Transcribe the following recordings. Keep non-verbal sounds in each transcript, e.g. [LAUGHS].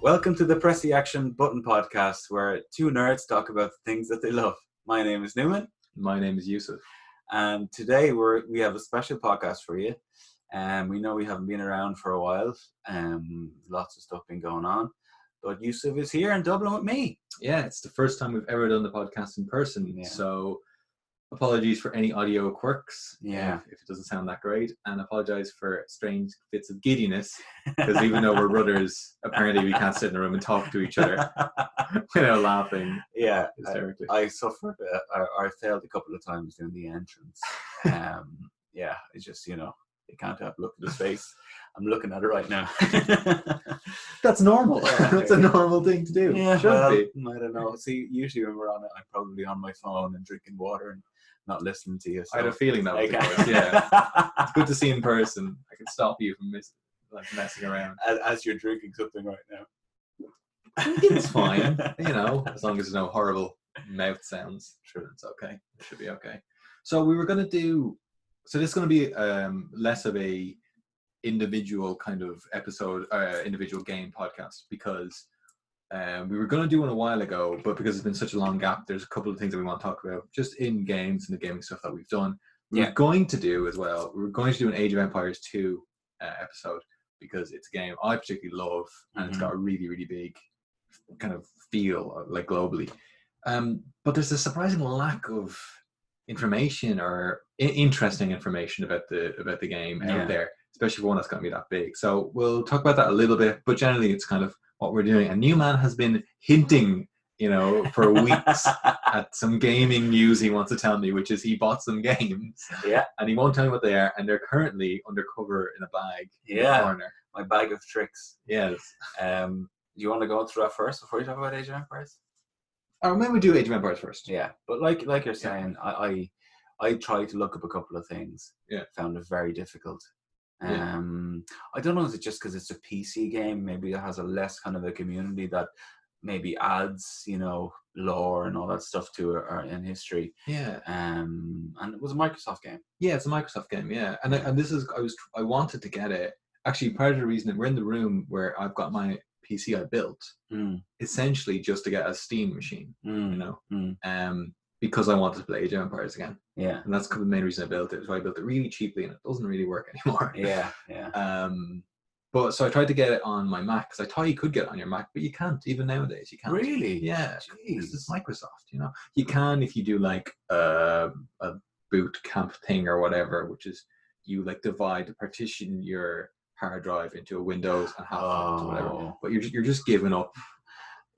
Welcome to the Press the Action Button podcast, where two nerds talk about the things that they love. My name is Newman, My name is Yusuf. and today we're, we have a special podcast for you. Um, we know we haven't been around for a while, um, lots of stuff been going on, but Yusuf is here in Dublin with me. Yeah, it's the first time we've ever done the podcast in person, Yeah. so apologies for any audio quirks. Yeah. If, if it doesn't sound that great, and apologize for strange fits of giddiness because even though [LAUGHS] we're rudders, apparently we can't sit in a room and talk to each other without laughing yeah, I, hysterically. I suffered, uh, I, I failed a couple of times doing the entrance. Um, yeah, it's just, you know, you can't have a look at his face. I'm looking at it right now. [LAUGHS] That's normal. Yeah. [LAUGHS] That's a normal thing to do. Yeah, Should well, be. I don't know. See, usually when we're on it, I'm probably on my phone and drinking water and not listening to you. So. [LAUGHS] I had a feeling that was the Okay. case, Yeah, it's good to see in person. I can stop you from mis- like messing around. [LAUGHS] as, as you're drinking something right now. It's fine, you know, as long as there's no horrible mouth sounds. True. It's okay. It should be okay. So we were going to do. So this is going to be um, less of a individual kind of episode, uh, individual game podcast because um, we were going to do one a while ago, but because it's been such a long gap, there's a couple of things that we want to talk about just in games and the gaming stuff that we've done. We Yeah. We're going to do as well. We We're going to do an Age of Empires two uh, episode because it's a game I particularly love and it's Mhm. got a really really big kind of feel uh, like globally. Um, but there's a surprising lack of information or I- interesting information about the about the game Yeah. out there, especially for one that's going to be that big. So we'll talk about that a little bit, but generally it's kind of what we're doing. And Newman has been hinting, you know, [LAUGHS] for weeks at some gaming news he wants to tell me, which is he bought some games. Yeah. And he won't tell me what they are, and they're currently undercover in a bag [LAUGHS] in Yeah. the corner. my bag of tricks. Yes. Um, do you want to go through that first before you talk about Age of Empires? Or Oh, maybe we do Age of Empires first. Yeah, but like like you're saying, I, I I tried to look up a couple of things. Yeah. found it very difficult. Yeah. Um, I don't know is it just because it's a PC game? Maybe it has a less kind of a community that maybe adds you know lore and all that stuff to it or in history. Yeah. Um, and it was a Microsoft game. Yeah, it's a Microsoft game. Yeah, and I, and this is I was I wanted to get it. Actually, part of the reason that we're in the room where I've got my PC I built Mm, essentially just to get a Steam machine, you mm, know, Mm. um, because I wanted to play Age of Empires again, yeah, and that's kind of the main reason I built it. So I built it really cheaply, and it doesn't really work [LAUGHS] anymore. yeah, yeah. Um, but so I tried to get it on my Mac because I thought you could get it on your Mac, but you can't even nowadays. You can't. Really? Yeah. This Jeez. is Microsoft, you know. You can if you do like uh, a boot camp thing or whatever, which is you like divide, partition your hard drive into a Windows and half or whatever. Oh. But you're just, you're just giving up,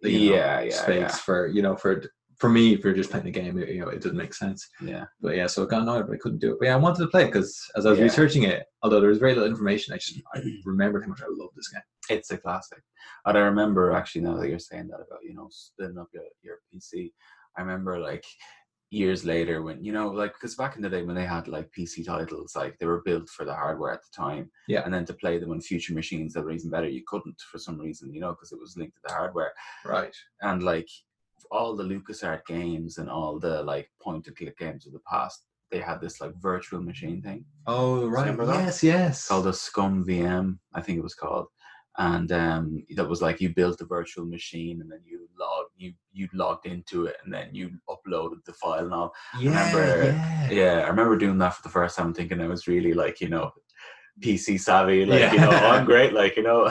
you know, yeah, yeah, space for you know for for me if you're just playing the game, you know, it didn't make sense. yeah, yeah. But yeah, so I got annoyed, but I couldn't do it. But yeah, I wanted to play it because as I was Yeah. researching it, although there was very little information, I just [CLEARS THROAT] I remembered how much I loved this game. It's a classic. And I remember actually now that you're saying that about, you know, splitting up your, your PC. I remember like years later when, you know, like, because back in the day when they had like PC titles, like they were built for the hardware at the time. Yeah. And then to play them on future machines that were even better, you couldn't for some reason, you know, because it was linked to the hardware. Right. And like all the LucasArts games and all the like point and click games of the past, they had this like virtual machine thing Oh right. Remember that? Yes. Yes. called a scum vm i think it was called and um, that was like you built a virtual machine and then you log you you logged into it and then you uploaded the file and all Yeah, Remember- yeah. yeah i remember doing that for the first time thinking i was really like you know pc savvy like you know oh, Yeah. i'm great like you know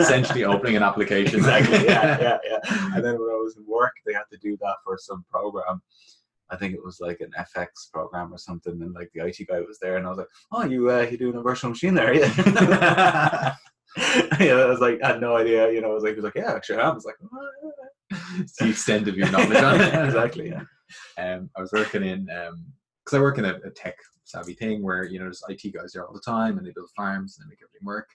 Essentially opening an application. exactly yeah [LAUGHS] [LAUGHS] yeah yeah and then when i was in work they had to do that for some program I think it was like an FX program or something, and like the IT guy was there, and I was like, "Oh, you uh, you doing a virtual machine there? [LAUGHS] Yeah." yeah, I was like, I had no idea. You know, I was like, he was like, "Yeah, sure." I am." I was like, "Oh, It's the extent of your yeah, knowledge on it. yeah." [LAUGHS] exactly. Yeah. Um, I was working in, because I work in a, a tech savvy thing where, you know, there's IT guys there all the time and they build farms and they make everything work.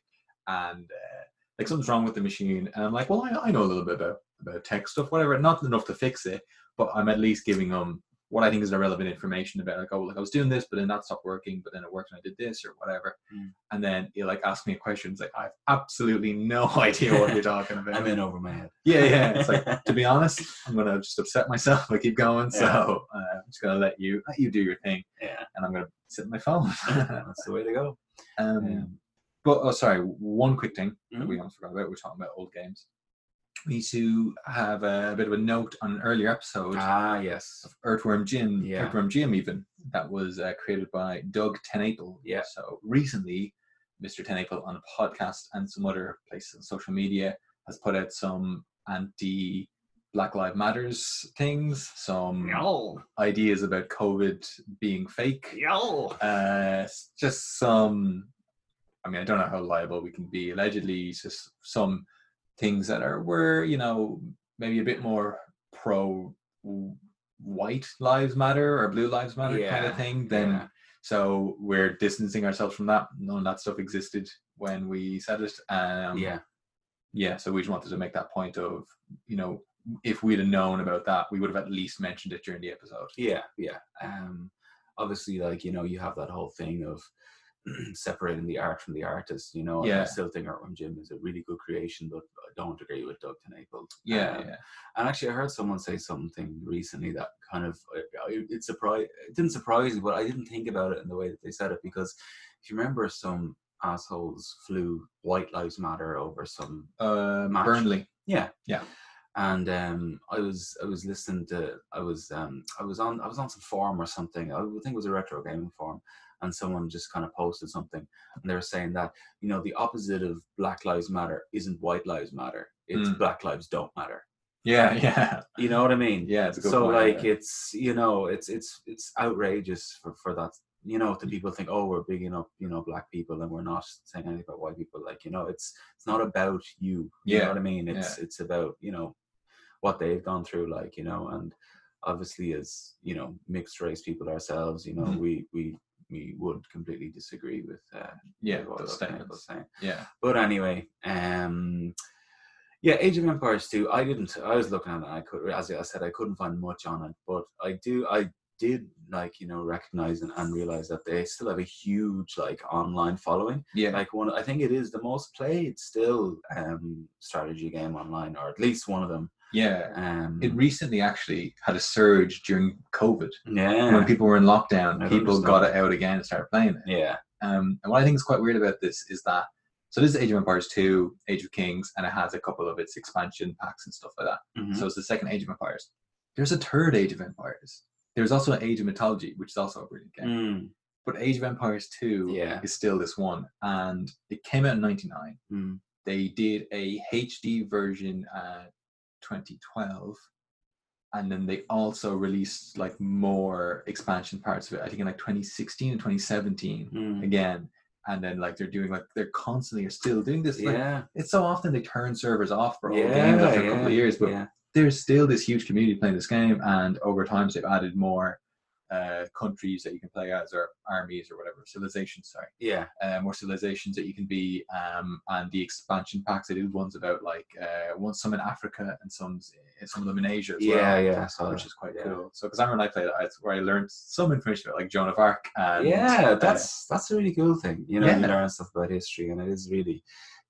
And uh, like something's wrong with the machine. And I'm like, well, I, I know a little bit about, about tech stuff, whatever. Not enough to fix it, but I'm at least giving them what I think is the relevant information about like, oh, like I was doing this, but then that stopped working, but then it worked and I did this or whatever. Mm. And then you like ask me a question. It's like, I have absolutely no [LAUGHS] idea what you're talking about. I'm in over my [LAUGHS] head. Yeah, yeah. It's like to be honest, I'm gonna just upset myself. I keep going, so uh, I'm just gonna let you let you do your thing, Yeah, and I'm gonna sit on my phone. [LAUGHS] that's the way to go. um, Um, But oh, sorry. One quick thing that Mhm. we almost forgot about. We're talking about old games. we to have a, bit of a note on an earlier episode Ah, yes. of Earthworm Jim, Yeah. Earthworm Jim, even that was uh, created by Doug Tenaple. Yeah. So recently, Mr. Tenaple on a podcast and some other places on social media has put out some anti Black Lives Matters things, some Yo, ideas about COVID being fake yo. uh s- just some i mean i don't know how liable we can be allegedly it's just some things that are were you know maybe a bit more pro w- white lives matter or blue lives matter kind Yeah, of thing then yeah. so we're distancing ourselves from that none of that stuff existed when we said it um yeah, yeah so we just wanted to make that point of you know if we'd have known about that we would have at least mentioned it during the episode yeah, yeah. Um, obviously, like you know, you have that whole thing of [CLEARS THROAT] separating the art from the artist. You know, and I Yeah. still think Artworm Jim is a really good creation, but I don't agree with Doug Tenaple. yeah Um, yeah And actually, I heard someone say something recently that kind of I- I- it surprised. It didn't surprise me, but I didn't think about it in the way that they said it because if you remember, some assholes flew White Lives Matter over some uh Match. burnley and um, I was I was listening to I was um, I was on I was on some forum or something. I would think it was a retro gaming forum, and someone just kind of posted something, and they were saying that you know the opposite of Black Lives Matter isn't White Lives Matter. It's Mm. Black Lives Don't Matter. Yeah, [LAUGHS] yeah, You know what I mean? yeah. It's a good so point, like yeah. it's you know it's it's it's outrageous for for that you know Mm. to people think oh we're bigging up you know black people and we're not saying anything about white people like you know it's it's not about you you know Yeah, what i mean it's it's about you know what they've gone through like you know and obviously as you know mixed race people ourselves you know Mhm. we we we would completely disagree with uh yeah, with what those those people statements. saying Yeah, but anyway, um, yeah, Age of Empires 2. I didn't. I was looking at it. And I could, as I said, I couldn't find much on it. But I do. I did like you know recognize and, and realize that they still have a huge like online following. yeah, Like one, I think it is the most played still um, strategy game online, or at least one of them. yeah. Um, It recently actually had a surge during COVID when yeah, people were in lockdown. I don't people understand. got it out again and started playing it. yeah, Um, and what I think is quite weird about this is that so this is Age of Empires two, Age of Kings, and it has a couple of its expansion packs and stuff like that. mhm, So it's the second Age of Empires. There's a third Age of Empires. There's also an Age of Mythology, which is also a brilliant game. mm, But Age of Empires two yeah, is still this one, and it came out in '99. mm, they did a HD version uh 2012 and then they also released like more expansion parts of it I think in like 2016 and 2017 mm. again and then like they're doing like they're constantly are still doing this like yeah, it's so often they turn servers off for all yeah, games after a couple yeah, of years but yeah. there's still this huge community playing this game and over time they've added more uh countries that you can play as or armies or whatever civilizations sorry yeah, uh, more civilizations that you can be, um, and the expansion packs. They did ones about like uh, one some in Africa and some uh, some of them in Asia as yeah, well, yeah. I saw which that. is quite yeah. cool. So because I remember when I played it, it's where I learned some information about like Joan of Arc. And, yeah uh, that's that's a really cool thing you know you Yeah. learn stuff about history and it is really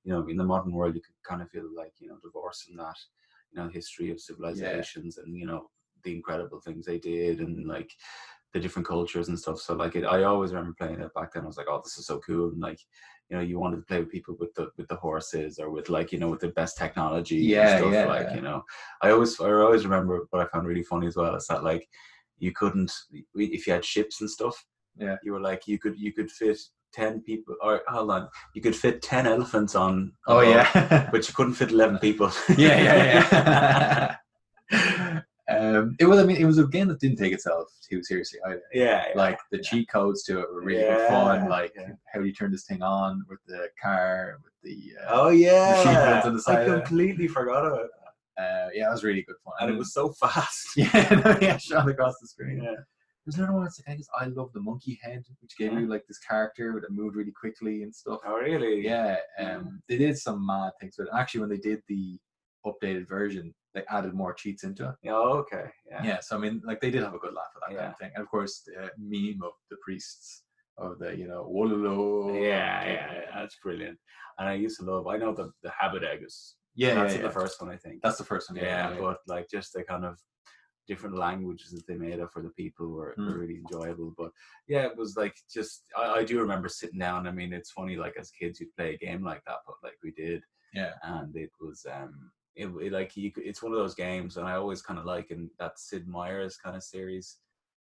you know in the modern world you could kind of feel like you know divorced from that you know history of civilizations and you know the incredible things they did and like the different cultures and stuff so like it, i always remember playing it back then i was like oh this is so cool and like you know you wanted to play with people with the with the horses or with like you know with the best technology Yeah, and stuff yeah, like yeah. you know i always i always remember what i found really funny as well is that like you couldn't if you had ships and stuff you were like you could you could fit 10 people or hold on you could fit 10 elephants on a oh boat, [LAUGHS] yeah, but you couldn't fit 11 people [LAUGHS] yeah, yeah, yeah. [LAUGHS] um, it was. I mean, it was a game that didn't take itself too seriously either. [LAUGHS] yeah yeah. Like the cheat codes to it were really Yeah, fun. Like yeah. how do you turn this thing on with the car, with the uh, oh yeah heads on the i side of it. completely forgot about it Uh, yeah, it was really good fun. and it was so [LAUGHS] fast yeah, no, Mm. [LAUGHS] yeah, shot across the screen. yeah There's another one. It's like, I guess I love the monkey head, which gave you like this character that moved really quickly and stuff. Uh-huh. oh really Yeah, um, they did some mad things with it. Actually, when they did the updated version, they added more cheats into it. yeah okay yeah Yeah, so I mean, like they did have a good laugh at that kind Yeah. of thing. And of course, the uh, meme of the priests of the you know Wololo. yeah, yeah, yeah, that's brilliant. And I used to love. I know the the habit egg is yeah, that's yeah, the yeah. first one I think. That's the first one. yeah, but like just the kind of different languages that they made up for the people were, were Mm. really enjoyable but yeah it was like just I, I do remember sitting down i mean it's funny like as kids you'd play a game like that but like we did Yeah. and it was um it, it like you, c- it's one of those games, and I always kind of like in that Sid Meier's kind of series.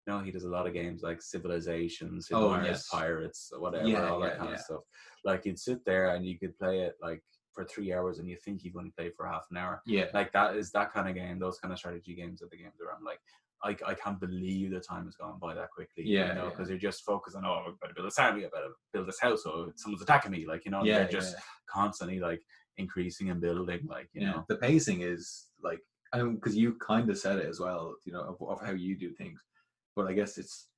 You know, he does a lot of games like Civilization, Sid Oh, Meier's yes. Pirates, or whatever, Yeah, all that yeah, kind yeah. of stuff. Like you'd sit there and you could play it like for three hours, and you think you've only played for half an hour. Yeah. Like that is that kind of game. Those kind of strategy games are the games where I'm like. I, I can't believe the time has gone by that quickly. Yeah, you know, yeah. because you're just focused on oh, I better build this army, I better build this house, or someone's attacking me. Like you know, yeah, they're just constantly like increasing and building like you yeah. know the pacing is like I mean, because you kind of said it as well, you know, of, of how you do things. But I guess it's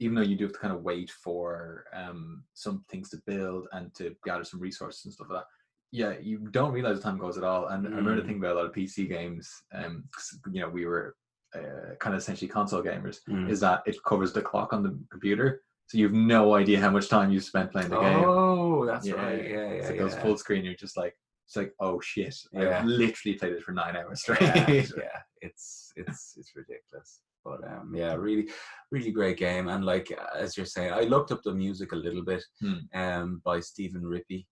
even though you do have to kind of wait for um, some things to build and to gather some resources and stuff like that. Yeah, you don't realize the time goes at all. And I remember the Mm. thing about a lot of PC games, um, 'cause, you know, we were uh, kind of essentially console gamers, Mm. is that it covers the clock on the computer. So you've no idea how much time you spent playing the game. oh that's right yeah yeah, So it yeah. goes full screen. You're just like, it's like, oh shit! Yeah. I've literally played it for nine hours straight. yeah, [LAUGHS] [LAUGHS] yeah it's it's it's ridiculous but um yeah really really great game and like as you're saying i looked up the music a little bit Hmm. um by stephen rippey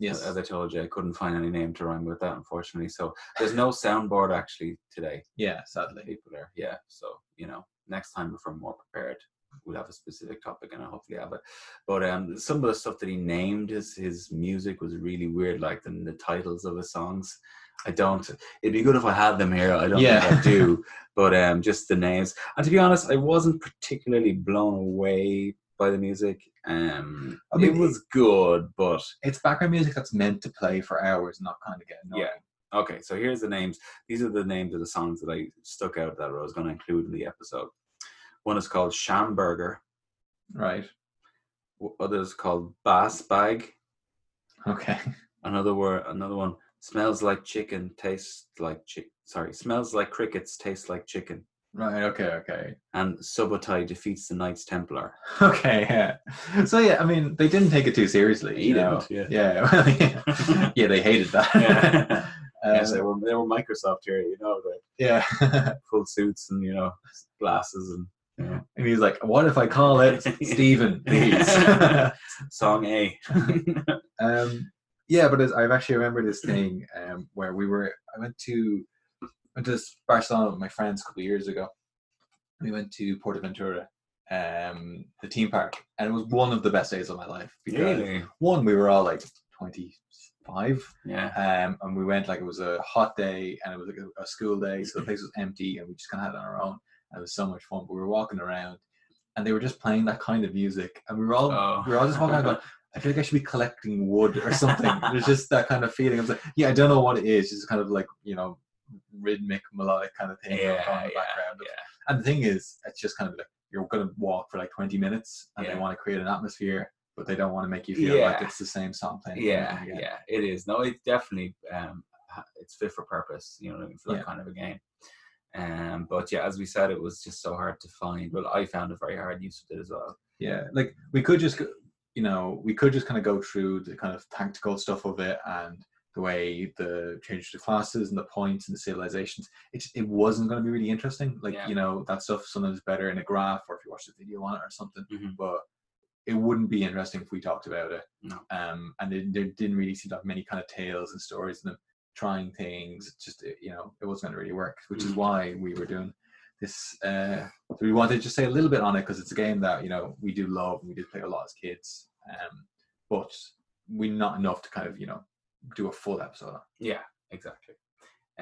Yes. as i told you i couldn't find any name to rhyme with that unfortunately so there's no soundboard actually today Yeah. that Sadly. people there yeah so you know next time if we're more prepared we'll have a specific topic and I hopefully have it. But um, some of the stuff that he named his his music was really weird, like the, the titles of his songs. I don't. It'd be good if I had them here. I don't Yeah. think I do. But um, just the names. And to be honest, I wasn't particularly blown away by the music. Um, I mean, it was good, but It's background music that's meant to play for hours, not kind of get annoying. Yeah. Okay, so here's the names. These are the names of the songs that I stuck out that I was going to include in the episode. One is called Shamburger. Right. w- Others called Bass Bag. Okay. [LAUGHS] Another word. Another one smells like chicken, tastes like chick. Sorry, smells like crickets, tastes like chicken. Right. Okay. Okay. [LAUGHS] And Subotai defeats the Knights Templar. [LAUGHS] Okay. Yeah. So yeah, I mean, they didn't take it too seriously. He you know? didn't, Yeah. [LAUGHS] well, [LAUGHS] yeah. Yeah, They hated that. [LAUGHS] Yeah. Um, yes, they were they were Microsoft here, you know, the yeah. full suits and you know glasses and you know. and he's like, "What if I call [LAUGHS] it Stephen, please?" song A. Um, yeah, but it's- I've actually remember this thing um, where we were. I went to went to this Barcelona with my friends a couple of years ago. We went to Portaventura, um, the theme park, and it was one of the best days of my life. Because really? One, we were all like twenty five, Yeah. um, and we went like it was a hot day and it was like a, a school day, so the place was empty, and we just kind of had it on our own. And it was so much fun. But we were walking around, and they were just playing that kind of music, and we were all Oh. we were all just walking around going, I feel like I should be collecting wood or something. There's just that kind of feeling. I was like, yeah, I don't know what it is. It's just kind of like, you know, rhythmic, melodic kind of thing going Yeah, on in the yeah, background. yeah. And the thing is, it's just kind of like you're going to walk for like 20 minutes and Yeah. they want to create an atmosphere, but they don't want to make you feel like Yeah. it's the same song playing. again yeah, and again. yeah, it is. No, it's definitely um, ha- it's fit for purpose. You know, what I mean, for that Yeah. kind of a game. Um, but yeah, as we said, it was just so hard to find. Well, I found it very hard. You did as well. Yeah, like we could just, go- you know, we could just kind of go through the kind of tactical stuff of it and the way the changes to classes and the points and the civilizations. It it wasn't going to be really interesting. Like Yeah. you know, that stuff sometimes better in a graph or if you watch the video on it or something. Mhm. But it wouldn't be interesting if we talked about it. No. Um, and it, there didn't really seem to have many kind of tales and stories and them trying things. It's Just it- you know, it wasn't going to really work, which is Mhm. why we were doing this. Uh, so we wanted to just say a little bit on it because it's a game that you know we do love and we did play a lot as kids, um, but we not enough to kind of you know do a full episode on. Yeah, exactly.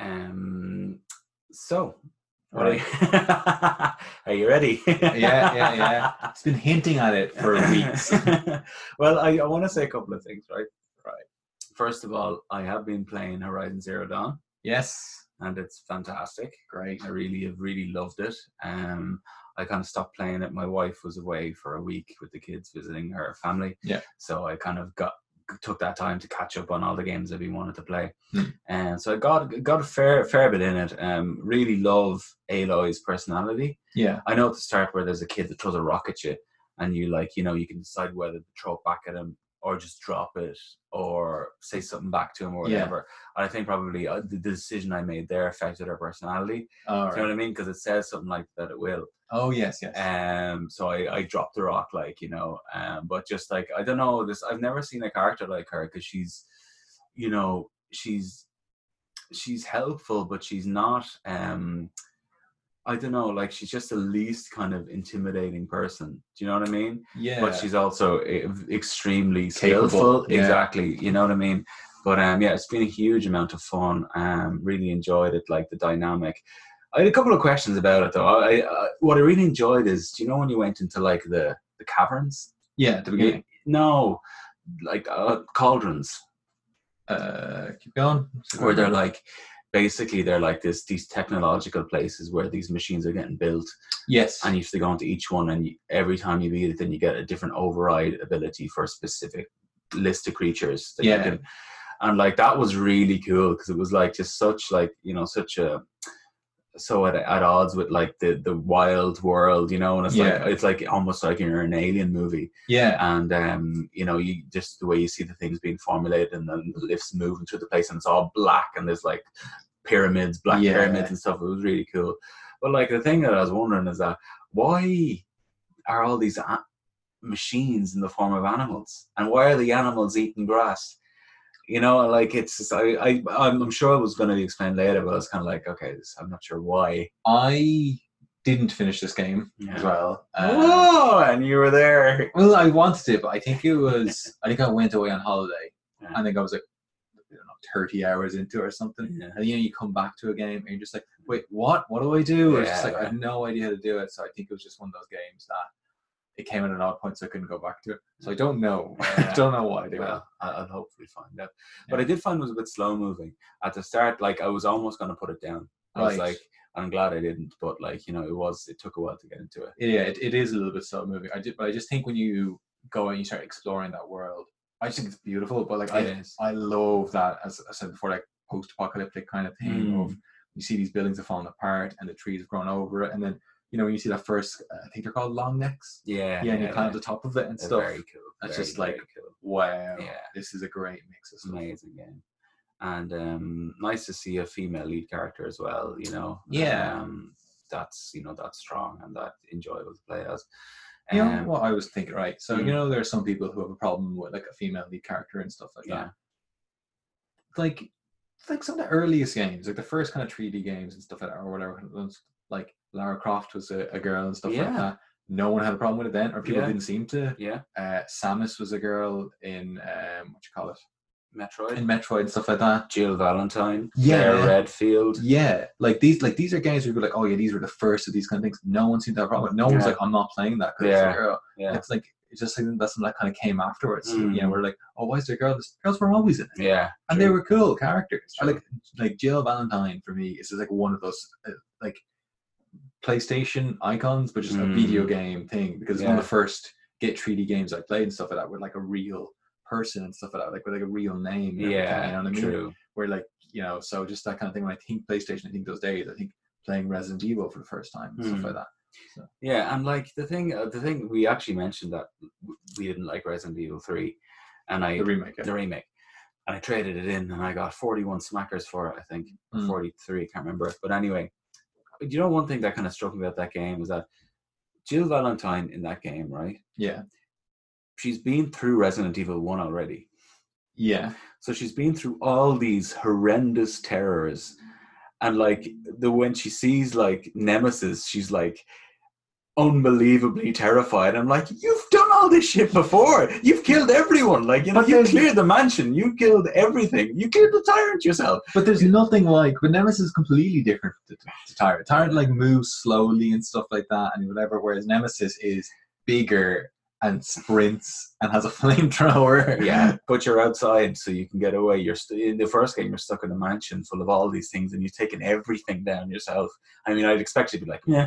Um, so. what Right. Are, you, [LAUGHS] are you ready? Yeah, yeah, [LAUGHS] yeah. It's been hinting at it for weeks. well, I, I want to say a couple of things, right? Right. First of all, I have been playing Horizon Zero Dawn, yes, and it's fantastic. great. I really have really loved it. Um, I kind of stopped playing it. My wife was away for a week with the kids visiting her family. Yeah. So I kind of got took that time to catch up on all the games that we wanted to play. Hmm. And so I got got a fair fair bit in it. Um, really love Aloy's personality. Yeah, I know at the start where there's a kid that throws a rock at you, and you like you know you can decide whether to throw it back at him or just drop it or say something back to him or Yeah. whatever. And I think probably uh, the the decision I made there affected her personality. all Do you know right. what I mean? Because it says something like that it will. Oh yes, yes. Um, so I, I dropped the rock, like you know. Um, but just like I don't know this, I've never seen a character like her because she's, you know, she's she's helpful, but she's not. Um, I don't know. Like she's just the least kind of intimidating person. Do you know what I mean? yeah. But she's also e- extremely Capable, skillful. yeah. Exactly. You know what I mean? But um, yeah, it's been a huge amount of fun. Um, really enjoyed it. Like the dynamic. I had a couple of questions about it though. I, I what I really enjoyed is, do you know when you went into like the the caverns? yeah, at the beginning. No, like uh, cauldrons. Uh, keep going. where Mm-hmm. they're like basically they're like this these technological places where these machines are getting built yes. and you have to go into each one and you, every time you beat it then you get a different override ability for a specific list of creatures that Yeah. you can and like that was really cool because it was like just such like you know such a so at, at odds with like the the wild world you know and it's Yeah. like it's like almost like you're in an alien movie Yeah. and um, you know, you just the way you see the things being formulated and then the lifts moving through the place, and it's all black, and there's like pyramids, black Yeah. pyramids and stuff. It was really cool. But like the thing that I was wondering is that why are all these a- machines in the form of animals, and why are the animals eating grass? You know, like it's just, I, I I'm I'm sure it was going to be explained later, but I was kind of like, okay, this- I'm not sure why. I didn't finish this game Yeah. as well. Um, Whoa, and "Oh, you were there. well, I wanted to, but I think it was. I think I went away on holiday, Yeah. and I think I was like, I don't know, thirty hours into it or something. [LAUGHS] Yeah. And you know, you come back to a game and you're just like, wait, what? What do I do? It's just Yeah, like I yeah. have no idea how to do it. So I think it was just one of those games that it came at an odd point, so I couldn't go back to it. So I don't know. [LAUGHS] I don't know why they were. Well, I- I'll hopefully find out. But I did find it was a bit slow moving at the start. Like I was almost going to put it down. I was Right. like, I'm glad I didn't. But like you know, it was. It took a while to get into it. yeah, it, it is a little bit slow moving. I did, but I just think when you go and you start exploring that world, I just think it's beautiful. But like I, Yes. I love that as I said before, like post-apocalyptic kind of thing of you see these buildings have fallen apart and the trees have grown over it, and then you know when you see that first, uh, I think they're called long necks. Yeah. Yeah, and you climb to the top of it and They're stuff. Very cool. That's very, just, like, very cool. Wow, Yeah. this is a great mix of It's stuff. an amazing game. And um, nice to see a female lead character as well. You know. Yeah. Um, that's you know that's strong and that enjoyable to play as. You know Um, what I was thinking, right? So you Mm. know there are some people who have a problem with like a female lead character and stuff like that. yeah. like like some of the earliest games, like the first kind of 3D games and stuff like that, or whatever. those- Like Lara Croft was a, a girl and stuff like Yeah. that. No one had a problem with it then, or people Yeah. didn't seem to. Yeah. Uh, Samus was a girl in um, what you call it Metroid. in Metroid and stuff like that. Jill Valentine. Yeah. Claire Redfield. Yeah, like these, like these are games where you're like, oh yeah, these were the first of these kind of things. No one seemed to have a problem. No one's Yeah. like, I'm not playing that because Yeah. it's a girl. Yeah. It's like it's just something that's something that kind of came afterwards. You know, Mm. we're like, oh, why is there a girl? Girls were always in it Yeah. and they true. were cool characters. I True. like like Jill Valentine for me is just like one of those uh, like PlayStation icons, but just a Mm. video game thing because it's one of Yeah. the first get 3D games I played and stuff like that with like a real person and stuff like that, like with like a real name. and everything, Yeah. you know what I mean. True. Where like you know, so just that kind of thing. When I think PlayStation, I think those days, I think playing Resident Evil for the first time and stuff Mm. like that. Yeah, and like the thing, uh, the thing we actually mentioned that w- we didn't like Resident Evil Three, and I The remake. yeah. the remake, and I traded it in, and I got forty-one smackers for it. I think or Mm. forty-three, I can't remember. But anyway, do you know one thing that kind of struck me about that game was that Jill Valentine in that game, right? Yeah, She's been through Resident Evil One already. yeah, So she's been through all these horrendous terrors, and like the when she sees like Nemesis, she's like unbelievably terrified. I'm like, you've done all this shit before. You've killed everyone. Like you know, But you there's- cleared the mansion. You killed everything. You killed the tyrant yourself. but there's nothing like. But Nemesis is completely different to, to Tyrant. Tyrant like moves slowly and stuff like that, and whatever. Whereas Nemesis is bigger and sprints and has a [LAUGHS] flamethrower. Yeah, [LAUGHS] but you're outside, so you can get away. You're st- in the first game. You're stuck in a mansion full of all these things, and you've taken everything down yourself. I mean, I'd expect you to be like, yeah.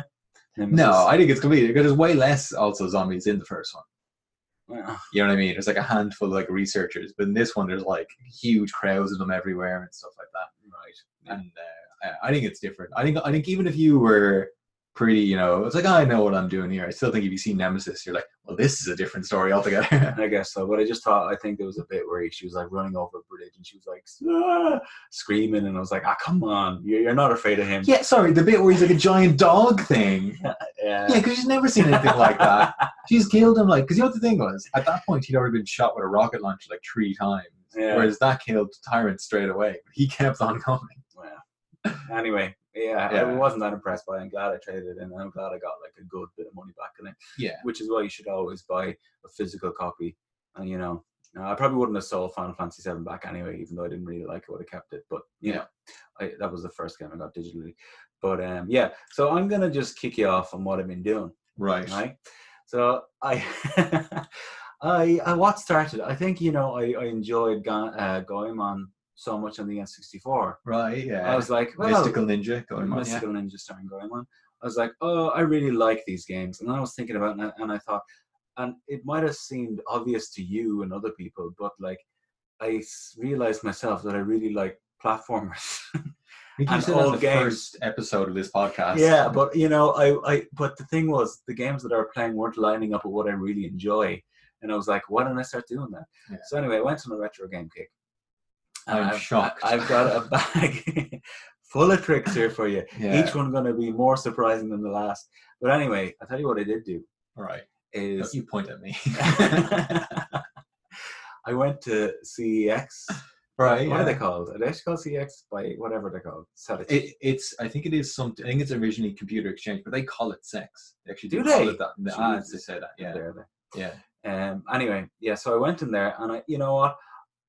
No, I think it's completely because there's way less also zombies in the first one. I, You know what I mean? There's like a handful of like researchers, but in this one there's like huge crowds of them everywhere and stuff like that. Right. And uh, I, I think it's different. I think I think even if you were pretty, you know, it's like I know what I'm doing here. I still think if you see Nemesis, you're like, well, this is a different story altogether. [LAUGHS] I guess so. But I just thought I think there was a bit where she was like running over a bridge and she was like "Ah," screaming, and I was like, "Ah, come on, you're, you're not afraid of him." yeah, sorry, the bit where he's like a giant dog thing. Yeah. Yeah, because she's never seen anything like [LAUGHS] that. She's killed him like because you know what the thing was at that point he'd already been shot with a rocket launcher like three times. Yeah. Whereas that killed Tyrant straight away. He kept on [LAUGHS] going. anyway, yeah, I Yeah. wasn't that impressed by. it. I'm glad I traded it in, and I'm glad I got like a good bit of money back in it, Yeah. which is why you should always buy a physical copy. And you know, now, I probably wouldn't have sold Final Fantasy VII back anyway, even though I didn't really like it. Would have kept it, but you Yeah. know, I, that was the first game I got digitally. But um, yeah, so I'm gonna just kick you off on what I've been doing Right. right? So I, [LAUGHS] I, I what started? I think you know I, I enjoyed Ga- uh, Goemon so much on the N64. Right. Yeah. I was like, well, Mystical Ninja going on. Yeah. Mystical Ninja starring Goemon. I was like, oh, I really like these games, and then I was thinking about it, and I, and I thought, and it might have seemed obvious to you and other people, but like I s- realized myself that I really like platformers. [LAUGHS] I think you and said on old the games. first episode of this podcast. yeah, but you know, I, I but the thing was the games that I were playing weren't lining up with what I really enjoy. And I was like, why don't I start doing that? Yeah. So anyway, I went on a retro game kick. And I'm I've, shocked. I've got a [LAUGHS] bag full of tricks here for you. yeah. Each one gonna be more surprising than the last. But anyway, I'll tell you what I did do All right. is [LAUGHS] [LAUGHS] Don't you point at me. I went to CEX. right. What are they [LAUGHS] Yeah. called? Are they actually called CEX by whatever they're called? Satellite. It, it's. I think it is something. I think it's originally computer exchange, but they call it sex. They actually Do do, call they? it that in the Jesus. ads. They say that. Yeah. There, there. Yeah. Um, anyway, yeah, so I went in there and I, you know what?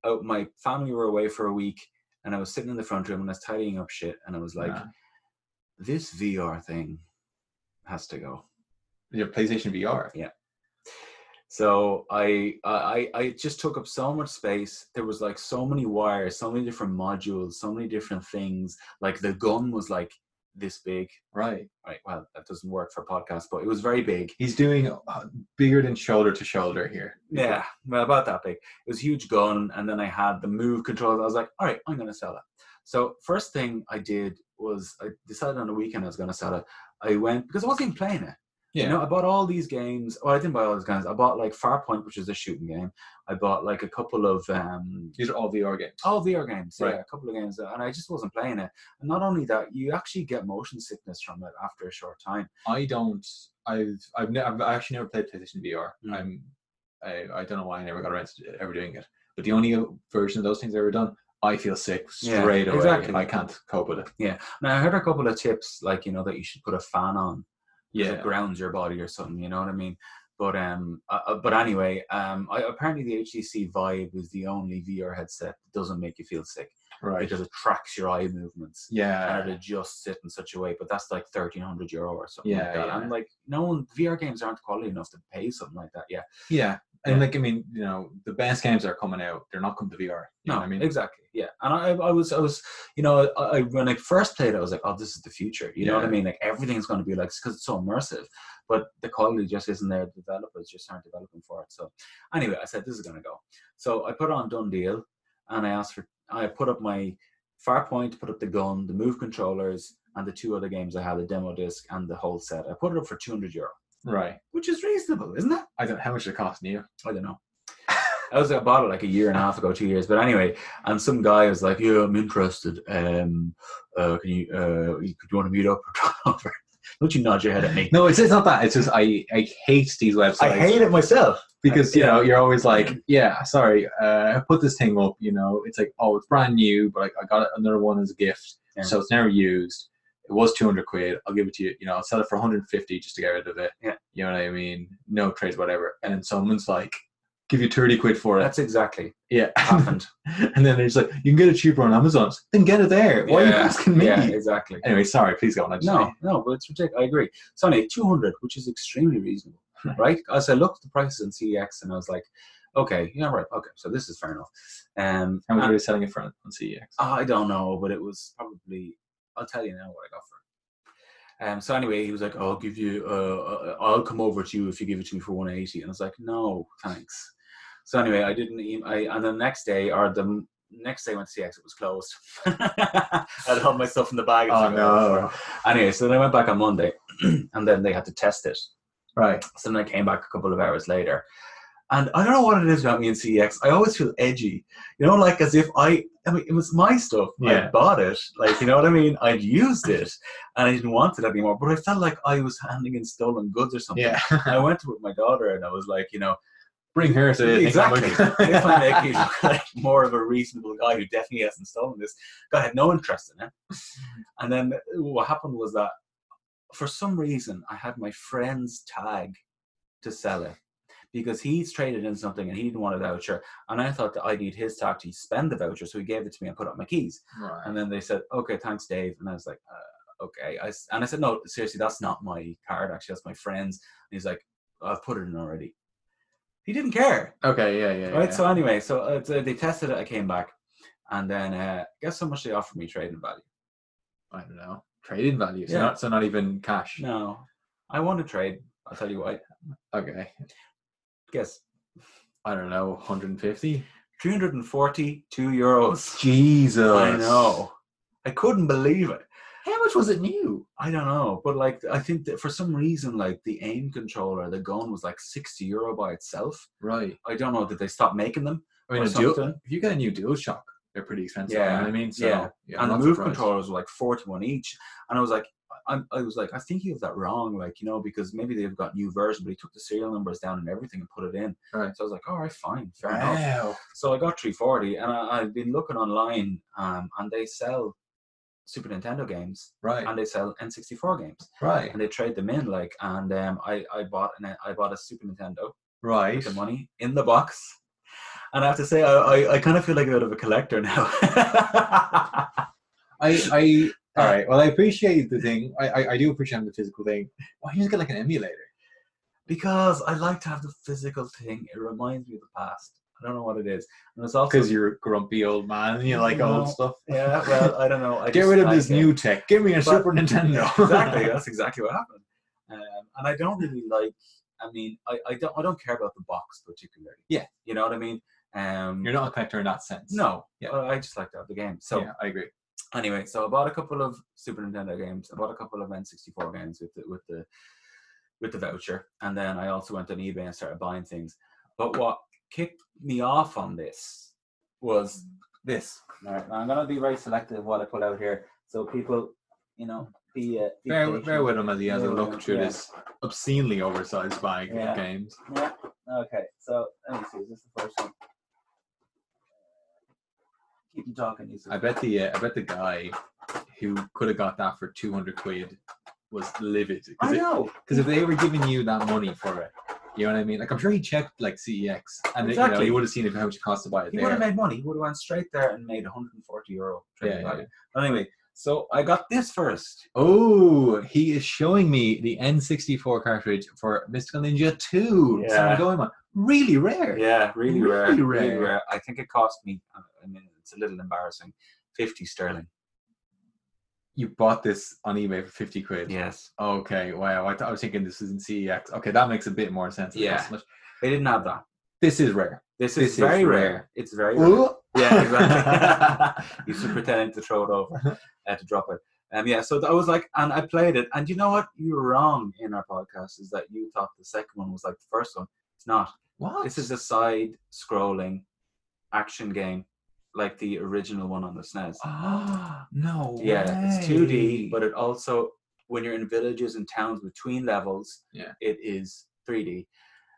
I, my family were away for a week and I was sitting in the front room and I was tidying up shit and I was like, Nah. this VR thing has to go. your PlayStation VR. So I, I, I- I just took up so much space. There was like so many wires, so many different modules, so many different things. Like the gun was like this big. Right. Right, well, that doesn't work for podcasts, but it was very big. He's doing uh, bigger than shoulder to shoulder here. Yeah, well, about that big. It was a huge gun, and then I had the move controller. I was like, all right, I'm going to sell it. So first thing I did was I decided on the weekend I was going to sell it. I went because I wasn't even playing it. Yeah. You know, I bought all these games. Well, I didn't buy all these games. I bought like Farpoint, which is a shooting game. I bought like a couple of um, These are all VR games. all VR games, yeah, Right. a couple of games, and I just wasn't playing it. And not only that, you actually get motion sickness from it after a short time. I don't. I've I've, ne- I've actually never played PlayStation VR. Mm. I'm I, I don't know why I never got around to ever doing it. But the only version of those things I've ever done, I feel sick Yeah, straight away. exactly. I can't cope with it. Now I heard a couple of tips, like you know that you should put a fan on 'cause it Yeah, grounds your body or something. You know what I mean? But um, uh, uh, but anyway, um, I, apparently the HTC Vive is the only VR headset that doesn't make you feel sick right. because it tracks your eye movements and it Yeah, adjusts it in such a way. But that's like thirteen hundred euro or something like Yeah, that. yeah. I'm like, no one VR games aren't quality enough to pay something like that. Yeah, yeah. And Yeah. like I mean, you know, the best games are coming out. They're not coming to VR. You no, know what I mean, exactly. Yeah, and I, I was, I was, you know, I, I- when I first played, it, I was like, oh, this is the future. You know what I Yeah. mean? Like everything's going to be like because it's so immersive, but the quality just isn't there. The developers just aren't developing for it. So, anyway, I said this is going to go. So I put on done deal, and I asked for, I put up my Farpoint, put up the gun, the move controllers, and the two other games I had, the demo disc and the whole set. I put it up for two hundred euro, right? which is reasonable, isn't it? I don't. How much is it costing you? I don't know. I was I bought it like a year and a half ago, two years. But anyway, and some guy was like, "Yeah, I'm interested. Um, uh, can you uh, you- do you want to meet up or come [LAUGHS] over?" Don't you nod your head at me? No, it's, it's not that. It's just I I hate these websites. I hate it myself. because you Yeah. know you're always like yeah sorry uh, I put this thing up you know it's like oh it's brand new but I, I got another one as a gift Yeah. so it's never used it was 200 quid I'll give it to you you know I'll sell it for 150 just to get rid of it Yeah. you know what I mean no trades whatever and then someone's like give you 30 quid for it That's exactly [LAUGHS] yeah happened. [LAUGHS] and then they're just like you can get it cheaper on Amazon It's like, then get it there why are you Yeah. asking me Yeah, exactly. anyway sorry please go on I just- No, no, but it's ridiculous. I agree. It's only 200, which is extremely reasonable, Right. right? As I looked at the prices in CEX and I was like, okay, yeah, right, okay, so this is fair enough. Um, how much and- are they selling it for on E on CEX I don't know, but it was probably. I'll tell you now what I got for it. Um, so anyway, he was like, "I'll give you. Uh, uh, I'll come over to you if you give it to me for 180." And I was like, "No, thanks." So anyway, I didn't. e- I and the next day or the m- next day I went to CX, it was closed. [LAUGHS] I had all my stuff in the bag. oh no Anyway, so then I went back on Monday, [CLEARS THROAT] and then they had to test it. right So then I came back a couple of hours later. And I don't know what it is about me and CEX. I always feel edgy. You know, like as if I, I mean, it was my stuff. I Yeah. bought it. Like, you know what I mean? I'd used it and I didn't want it anymore. But I [LAUGHS] felt like I was handing in stolen goods or something. yeah And I went with my daughter and I was like, you know, bring her to think I'm Exactly. [LAUGHS] okay. if I make you look like more of a reasonable guy who definitely hasn't stolen this, guy had no interest in it. And then what happened was that for some reason I had my friend's tag to sell it because he's traded in something and he didn't want a voucher. And I thought that I need his tag to spend the voucher. So he gave it to me and put up my keys. Right. And then they said, okay, thanks, Dave. And I was like, uh, okay. I, s- and I said, no, seriously, that's not my card. Actually, that's my friend's. And he's like, I've put it in already. He didn't care Okay. Yeah. Yeah. right yeah. so anyway so uh, so they tested it i came back and then uh, guess how much they offered me trading value I don't know. Traded value. So Yeah. not so not even cash. no i want to trade i'll tell you why Okay. guess I don't know. 150. 342 euros [LAUGHS] Jesus. i know i couldn't believe it How much was it new? i don't know but like i think that for some reason like the aim controller the gun was like 60 euro by itself Right. i don't know did they stop making them I mean, Or a dual, something. if you get a new dual shock, they're pretty expensive. You Yeah, know what I mean? So, yeah. I'm and the not move surprised. controllers were like 41 each and i was like I, I was like i think you have that wrong like you know because maybe they've got new version but he took the serial numbers down and everything and put it in Right. so i was like all right fine fair enough Wow. so i got 340 and I, i've been looking online um, and they sell super nintendo games Right. and they sell n64 games Right. and they trade them in like and um, I, I bought an i bought a super nintendo Right. with the money in the box and i have to say i, I, I kind of feel like a bit of a collector now [LAUGHS] I, uh, I, all right. Well, I appreciate the thing. I, I, I do appreciate the physical thing. Why don't you just get like an emulator? Because I like to have the physical thing. It reminds me of the past. I don't know what it is. And it's also Because you're a grumpy old man and you like old No. stuff. [LAUGHS] yeah. Well, I don't know. I [LAUGHS] Get just rid of like this it. [LAUGHS] new tech. Give me a But- Super [LAUGHS] Nintendo. [LAUGHS] exactly. That's exactly what happened. Um, and I don't really like. I mean, I, I don't I don't care about the box particularly. Yeah. You know what I mean? Um. You're not a collector in that sense. no. Yeah. I I just like to have the game. So So yeah, I agree. anyway, so I bought a couple of Super Nintendo games. I bought a couple of N64 games with the, with the with the voucher, and then I also went on eBay and started buying things. But what kicked me off on this was this. All right, now I'm gonna be very selective what I put out here, so people, you know, be, uh, be Bear, patient. bear with him as he has a Yeah, look through yeah. this obscenely oversized bag Yeah. of games. Yeah. Okay. So let me see. Is this the first one? Keep you talking. You I bet the uh, I bet the guy who could have got that for two hundred quid was livid I because know. if they were giving you that money for it, you know what I mean. Like I'm sure he checked like CEX and it, you know Exactly. he would have seen if how much it cost to buy it He would there. have made money. He would have went straight there and made 140 euro. Yeah, yeah, yeah. But anyway, so I got this first. Oh, he is showing me the N64 cartridge for Mystical Ninja 2. Yeah. Sam Goemon. Really rare. Yeah, really, rare, Really really rare. rare. I think it cost me. uh, I mean, it's a little embarrassing. 50 sterling. You bought this on eBay for 50 quid. Yes, Okay, wow. I, thought I was thinking this is in CEX. Okay, that makes a bit more sense. It Yeah. costs so much. they didn't have that. This is rare. This is This is very rare. rare. It's very rare. Ooh. Yeah, exactly. [LAUGHS] you should pretend to throw it over, uh, to drop it. Um, yeah, so I was like, and I played it. And you know what? You were wrong in our podcast is that you thought the second one was like the first one. It's not. What? This is a side scrolling action game like the original one on the SNES. Ah, [GASPS] no. yeah, it's 2D, way. but it also, when you're in villages and towns between levels, Yeah. it is 3D.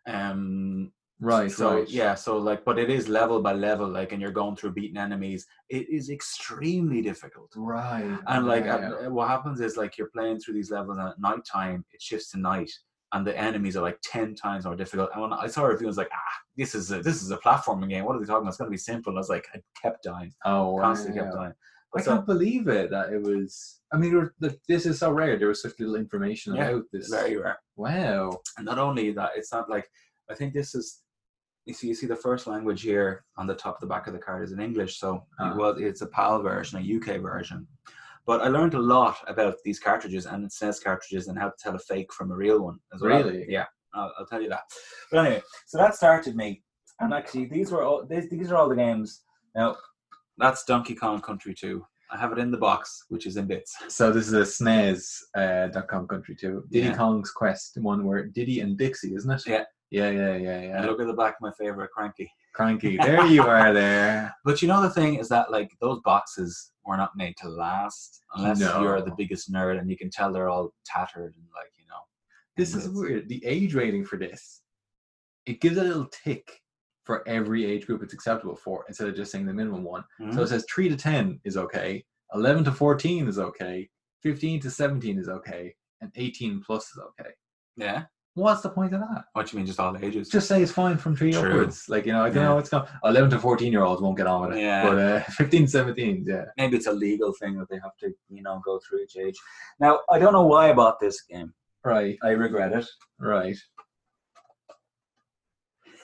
Um, right. so right. yeah, so like, but it is level by level, like, and you're going through beating enemies. It is extremely difficult. Right. And like, yeah. at- what happens is like you're playing through these levels, and at night time it shifts to night, and the enemies are like ten times more difficult. And when I saw a review, I was like, ah, this is a, this is a platforming game. What are they talking about? It's gonna be simple. And I was like, I kept dying, oh, wow. constantly kept dying. I But so- can't believe it that it was. I mean, there were- that this is so rare. There was such little information Yeah, about this. very rare. Wow. And not only that, it's not like I think this is. You see, you see the first language here on the top of the back of the card is in English, so Ah. it was it's a PAL version, a UK version. But I learned a lot about these cartridges and SNES cartridges and how to tell a fake from a real one as well. Really? Yeah, I'll, I'll tell you that. But anyway, so that started me, and actually these were all these, these are all the games. Now that's Donkey Kong Country 2. I have it in the box, which is in bits. So this is a SNES uh, dot com country too. Diddy Yeah. Kong's Quest one where Diddy and Dixie, isn't it? Yeah. Yeah, yeah, yeah, yeah. And look at the back, my favorite, Cranky. Cranky, there [LAUGHS] you are there. But you know the thing is that like those boxes were not made to last unless No. you're the biggest nerd and you can tell they're all tattered and like you know. This and is it's- weird. The age rating for this it gives a little tick for every age group it's acceptable for instead of just saying the minimum one. Hmm? So it says three to ten is okay, eleven to fourteen is okay, fifteen to seventeen is okay, and eighteen plus is okay. yeah. What's the point of that? What do you mean, just all ages? Just say it's fine from three True. upwards. Like you know, I don't Yeah. know it's gone. Eleven to fourteen year olds won't get on with it. Yeah. But uh, [LAUGHS] 15, 17, yeah. Maybe it's a legal thing that they have to, you know, go through each age. Now, I don't know why I bought this game. Right, I regret it. right.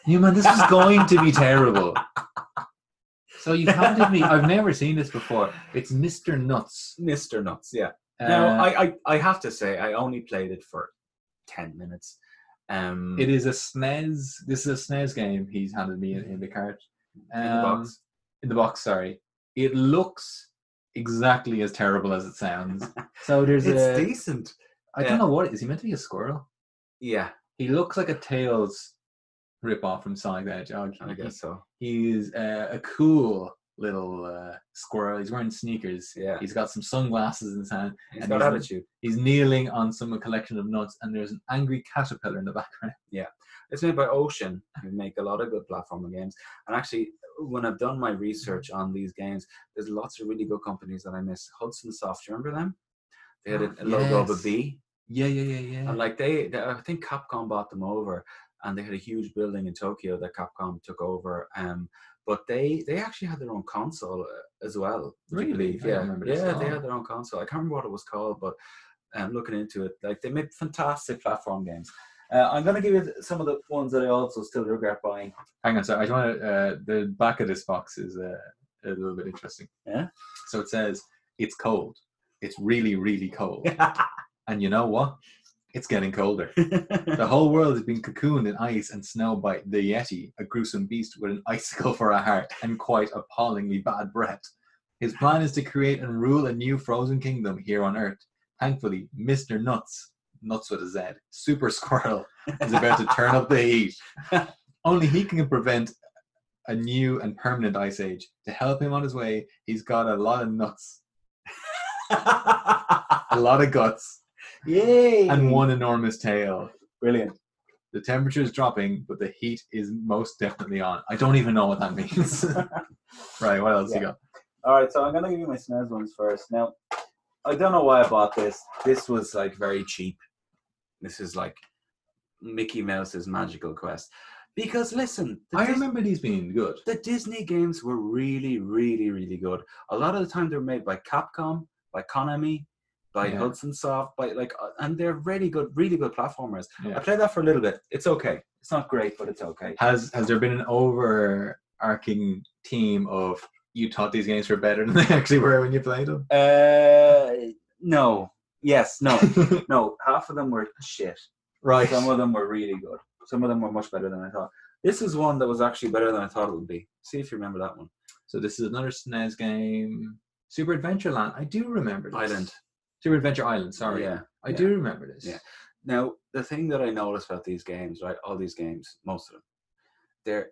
You man, this is [LAUGHS] going to be terrible. So you handed me. I've never seen this before. It's Mister Nuts. Mr. Nuts, yeah. Uh, now, I, I, I have to say, I only played it for 10 minutes. Um, It is a SNES. This is a SNES game. He's handed me in, in the cart. in the Um, box. In the box. Sorry. It looks exactly as terrible as [LAUGHS] it sounds. So there's It's a. decent. I yeah. don't know what is he meant to be a squirrel. Yeah, He looks like a tails ripoff from Sonic the Hedgehog. I guess so. He's uh, a cool little uh, squirrel. He's wearing sneakers. Yeah. He's got some sunglasses in his hand. He's And got he's a- attitude. He's kneeling on some collection of nuts, and there's an angry caterpillar in the background. It's made by Ocean, who make a lot of good platformer games. And actually, when I've done my research on these games, there's lots of really good companies that I miss. Hudson Soft, do you remember them? They had a, a logo of a Yes. bee, Yeah, yeah, yeah, yeah. and like they, they, I think Capcom bought them over, and they had a huge building in Tokyo that Capcom took over. Um, but they they actually had their own console uh, as well. would you Really? believe? I don't Yeah, remember this at yeah, they all. had their own console. I can't remember what it was called, but um, looking into it, like they made fantastic platform games. Uh, I'm going to give you some of the ones that I also still regret buying. [LAUGHS] [LAUGHS] Hang on, so I just want to. Uh, the back of this box is uh, a little bit interesting. Yeah? So it says it's cold. It's really, really cold. and you know what? It's getting colder. the whole world has been cocooned in ice and snow by the Yeti, a gruesome beast with an [LAUGHS] icicle for a heart and quite appallingly bad breath. His plan is to create and rule a new frozen kingdom here on Earth. Thankfully, Mr. Nuts, Nuts with a Z, Super Squirrel, is about to turn up the heat. Only he can prevent a new and permanent ice age. To help him on his way, he's got a lot of nuts, a lot of guts, Yay! and one enormous tail. Brilliant. The temperature is dropping, but the heat is most definitely on. I don't even know what [LAUGHS] that means. right, what else you Yeah. got? All right, so I'm gonna give you my SNES ones first. Now, I don't know why I bought this. This was like very cheap. This is like Mickey Mouse's Magical Quest. Because listen, the, I Dis- remember these being good. the Disney games were really, really, really good. A lot of the time, they're made by Capcom, by Konami, by Yeah. Hudson Soft, by like, uh, and they're really good, really good platformers. I Yeah. played that for a little bit. It's okay. It's not great, but it's [LAUGHS] okay. Has has there been an overarching theme of you thought these games were better than they actually were when you played them? Uh, no. Yes, [LAUGHS] no, no. Half of them were shit. right. Some of them were really good. Some of them were much better than I thought. This is one that was actually better than I thought it would be. See if you remember that one. So this is another SNES game. Super Adventure Land. I do remember this. Island. Super Adventure Island, sorry. Yeah. I do remember this. Yeah. Now, the thing that I noticed about these games, right? All these games, most of them, they're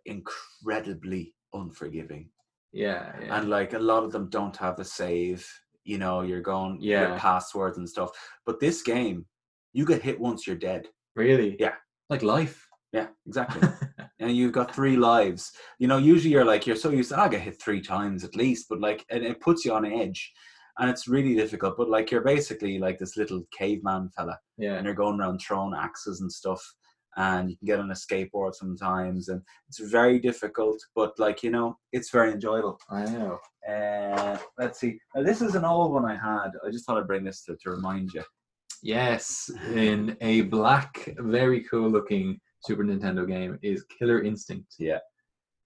incredibly unforgiving. Yeah. yeah. and like a lot of them don't have the save you know you're going Yeah. your passwords and stuff but this game you get hit once you're dead really? Yeah. Like life. yeah exactly and you've got three lives you know usually you're like you're so used to "Ah, i get hit three times at least but like and it puts you on edge and it's really difficult but like you're basically like this little caveman fella [LAUGHS] yeah. and you're going around throwing axes and stuff and you can get on a skateboard sometimes and it's very difficult but like you know it's very enjoyable I know. uh, let's see. Now, this is an old one I had. I just thought I'd bring this to, to remind you. Yes, in a black, very cool looking Super Nintendo game is Killer Instinct. Yeah.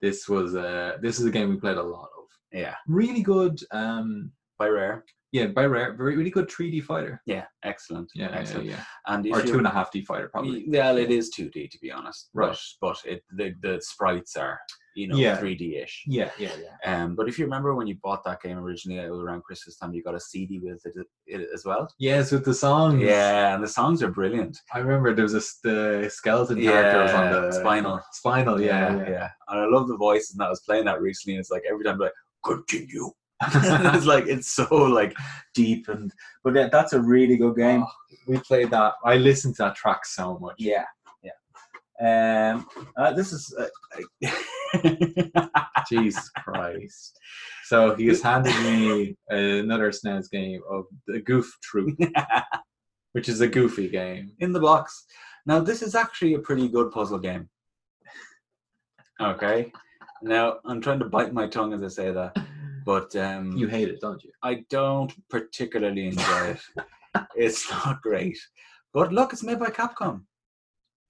This was uh this is a game we played a lot of. Yeah. Really good um By Rare. yeah, by rare, very really good 3D fighter. Yeah. Excellent. Yeah, yeah, Excellent. yeah. And if Or you- two and a half D fighter probably. Well, it is 2D to be honest. Right. But, but it the, the sprites are, you know, Yeah. 3D-ish. Yeah, yeah, yeah. Um, but if you remember when you bought that game originally it was around Christmas time, you got a CD with it, it as well. Yes, with the songs. Yeah, and the songs are brilliant. I remember there was this the skeleton character was on Yeah, the Spinal. Spinal, Oh, yeah. [LAUGHS] [LAUGHS] yeah. And I love the voices. And I was playing that recently, and it's like every time, like continue. [LAUGHS] And it's like it's so like deep and but that, Oh. that's a really good game we played that. I listened to that track so much. yeah yeah Um, uh, this is. Uh, Jesus Christ. So he has handed me [LAUGHS] another SNES game of the Goof [LAUGHS] Troop, which is a goofy game. in the box. Now, this is actually a pretty good puzzle game. Okay. Now, I'm trying to bite my tongue as I say that, but um, You hate it, don't you? I don't particularly enjoy it. it's not great. But look, it's made by Capcom.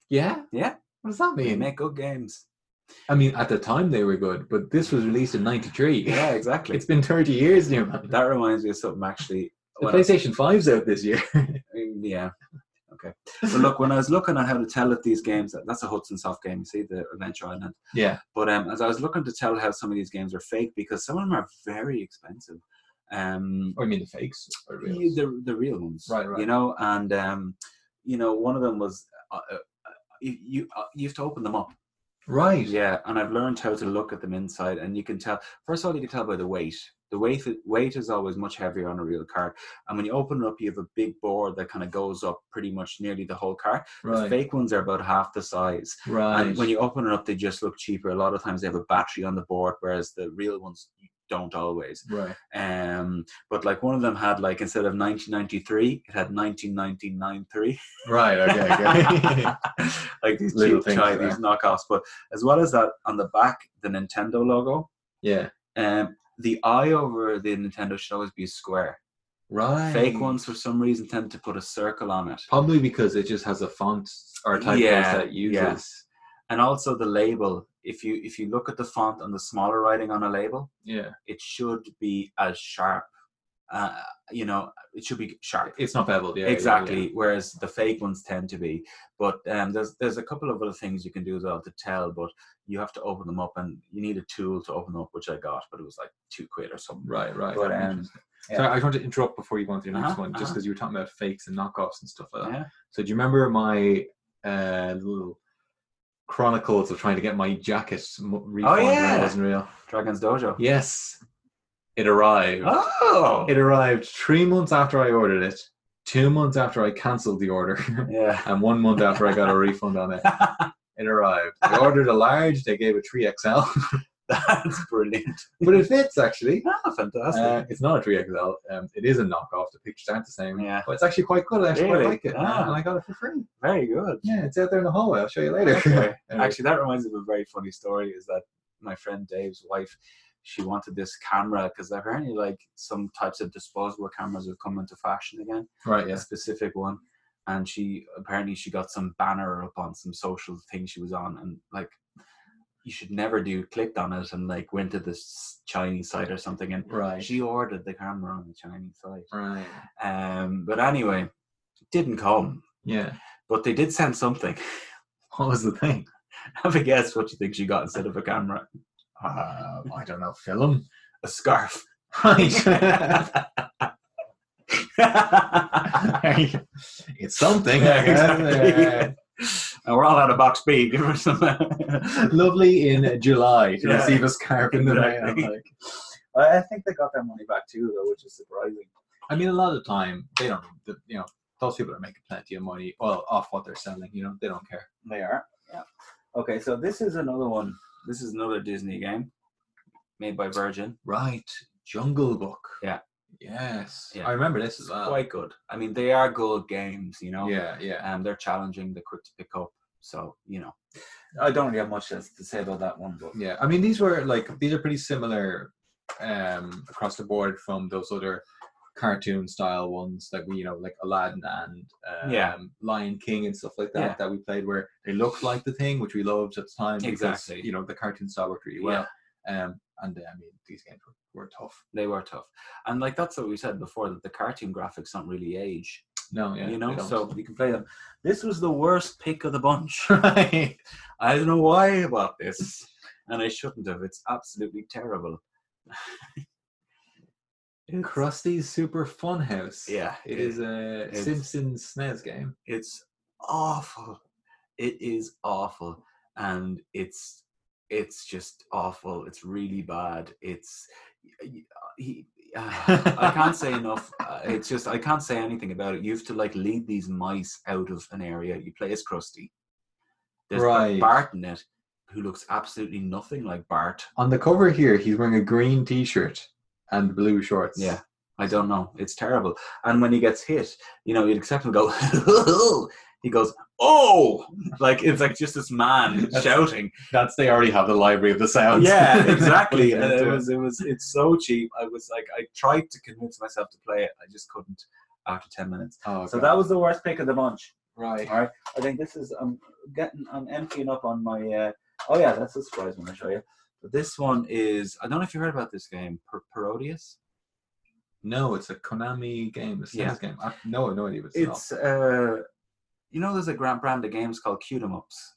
Yeah? Yeah. What does that They mean? make good games. I mean, at the time they were good, but this was released in [LAUGHS] 93. Yeah, exactly. It's been 30 years now, man. that reminds me of something actually. The when I was- PlayStation 5's out this year. [LAUGHS] yeah. Okay. But look, when I was looking at how to tell if these games, that- that's a Hudson Soft game, you see, the Adventure Island. yeah. But um, as I was looking to tell how some of these games are fake, because some of them are very expensive. Um, Or I mean, the fakes. Or y- reals. the the real ones, Right, right. You know, and um, you know, one of them was uh, uh, uh, you you, uh, you have to open them up. Right. Yeah, and I've learned how to look at them inside, and you can tell. First of all, you can tell by the weight. The weight weight is always much heavier on a real card, and when you open it up, you have a big board that kind of goes up pretty much nearly the whole card. The Right. fake ones are about half the size. Right. And when you open it up, they just look cheaper. A lot of times they have a battery on the board, whereas the real ones don't always. right. Um, but like one of them had like instead of 1993, it had 1993. Right. Okay. [LAUGHS] [LAUGHS] okay. like these Little cheap things Chinese there. knockoffs. But as well as that, on the back, the Nintendo logo, yeah. um, the eye over the Nintendo should always be square. Right. Fake ones for some reason tend to put a circle on it. Probably because it just has a font or a typeface Yeah, that uses. yeah. And also the label. If you if you look at the font and the smaller writing on a label, Yeah, it should be as sharp. Uh, you know, it should be sharp. it's not beveled. Yeah, yeah, exactly. yeah. Whereas the fake ones tend to be. But um, there's there's a couple of other things you can do as well to tell, but you have to open them up, and you need a tool to open them up, which I got, but it was like two quid or something. Right, right. But, um, Interesting. yeah. Sorry, I just want to interrupt before you go on to your next Uh-huh, one, just uh-huh. because you were talking about fakes and knockoffs and stuff like that. Yeah. So do you remember my uh, little chronicles of trying to get my jacket m- refunded when Oh, yeah. it wasn't real? Dragon's Dojo. Yes, it arrived. Oh. It arrived three months after I ordered it, two months after I cancelled the order, [LAUGHS] yeah. and one month after I got a [LAUGHS] refund on it. It arrived. I ordered a large. They gave a three XL, That's brilliant. [LAUGHS] but it fits actually. Ah, fantastic. Uh, it's not a 3XL. Um, it is a knockoff. The pictures aren't the same. Yeah. But it's actually quite good. I actually Really? quite like it. Ah. And I got it for free. Very good. Yeah, it's out there in the hallway. I'll show you later. Okay. [LAUGHS] Anyway, Actually, that reminds me of a very funny story. Is that my friend Dave's wife? She wanted this camera because apparently, like some types of disposable cameras have come into fashion again. right, A yes. specific one, and she apparently she got some banner up on some social thing she was on, and like you should never do. Clicked on it and like went to this Chinese site or something, and Right. she ordered the camera on the Chinese site. right. Um, but anyway, it didn't come, Yeah. but they did send something. [LAUGHS] What was the thing? Have a guess what you think she got instead of a camera. Uh, I don't [LAUGHS] know. Film. [LAUGHS] a scarf. [LAUGHS] Right. and it's something. Yeah, I guess. exactly. we're all out of box B. Give her some. Uh, [LAUGHS] lovely in July to Yeah. receive a scarf in the mail. Exactly. like. I think they got their money back too, though, which is surprising. I mean, a lot of the time they don't. The, you know, those people are making plenty of money. Well, off what they're selling. You know, they don't care. They are. Yeah. Okay, so this is another one. This is another Disney game made by Virgin. Right, Jungle Book. Yeah. Yes, Yeah. I remember this as It's well. quite good. I mean, they are good games, you know. Yeah, yeah. Um, they're challenging. They're quick to pick up. So you know, I don't really have much else to say about that one, but Yeah, I mean, these were like these are pretty similar um, across the board from those other cartoon style ones that we, you know, like Aladdin and um, Yeah. Lion King and stuff like that Yeah. that we played, where they looked like the thing, which we loved at the time. because, Exactly. you know, the cartoon style worked really well. Um, and uh, I mean, these games were, were tough. they were tough. And like that's what we said before that the cartoon graphics don't really age. No, yeah, you they know, don't. so you can play them. This was the worst pick of the bunch. [LAUGHS] [LAUGHS] right. I don't know why about this, and I shouldn't have. It's absolutely terrible. It's- Krusty's Super Fun House. yeah, It is a it's- Simpsons SNES game. It's awful. It is awful, and it's it's just awful. It's really bad. It's he. Uh, [LAUGHS] I can't say enough. Uh, it's just I can't say anything about it. You have to like lead these mice out of an area. You play as Krusty, There's Right. Bart in it, who looks absolutely nothing like Bart. On the cover here, he's wearing a green T-shirt and blue shorts. Yeah, I don't know. It's terrible. And when he gets hit, you know, you'd accept him go. [LAUGHS] he goes, oh, like it's like just this man [LAUGHS] That's- shouting. that's they already have the library of the sounds. [LAUGHS] Yeah, exactly. Yeah, and it too. was, it was, it's so cheap. I was like, I tried to convince myself to play it. I just couldn't after ten minutes. Oh, So God. that was the worst pick of the bunch. right. All right. I think this is. I'm getting. I'm emptying up on my. Uh, oh yeah, that's a surprise when I show you. But this one is. I don't know if you heard about this game, per- Parodius. No, it's a Konami game. It's Yeah. yeah. game. I, no, no idea. What It's. it's, Uh, you know, there's a grand brand of games called shoot 'em ups.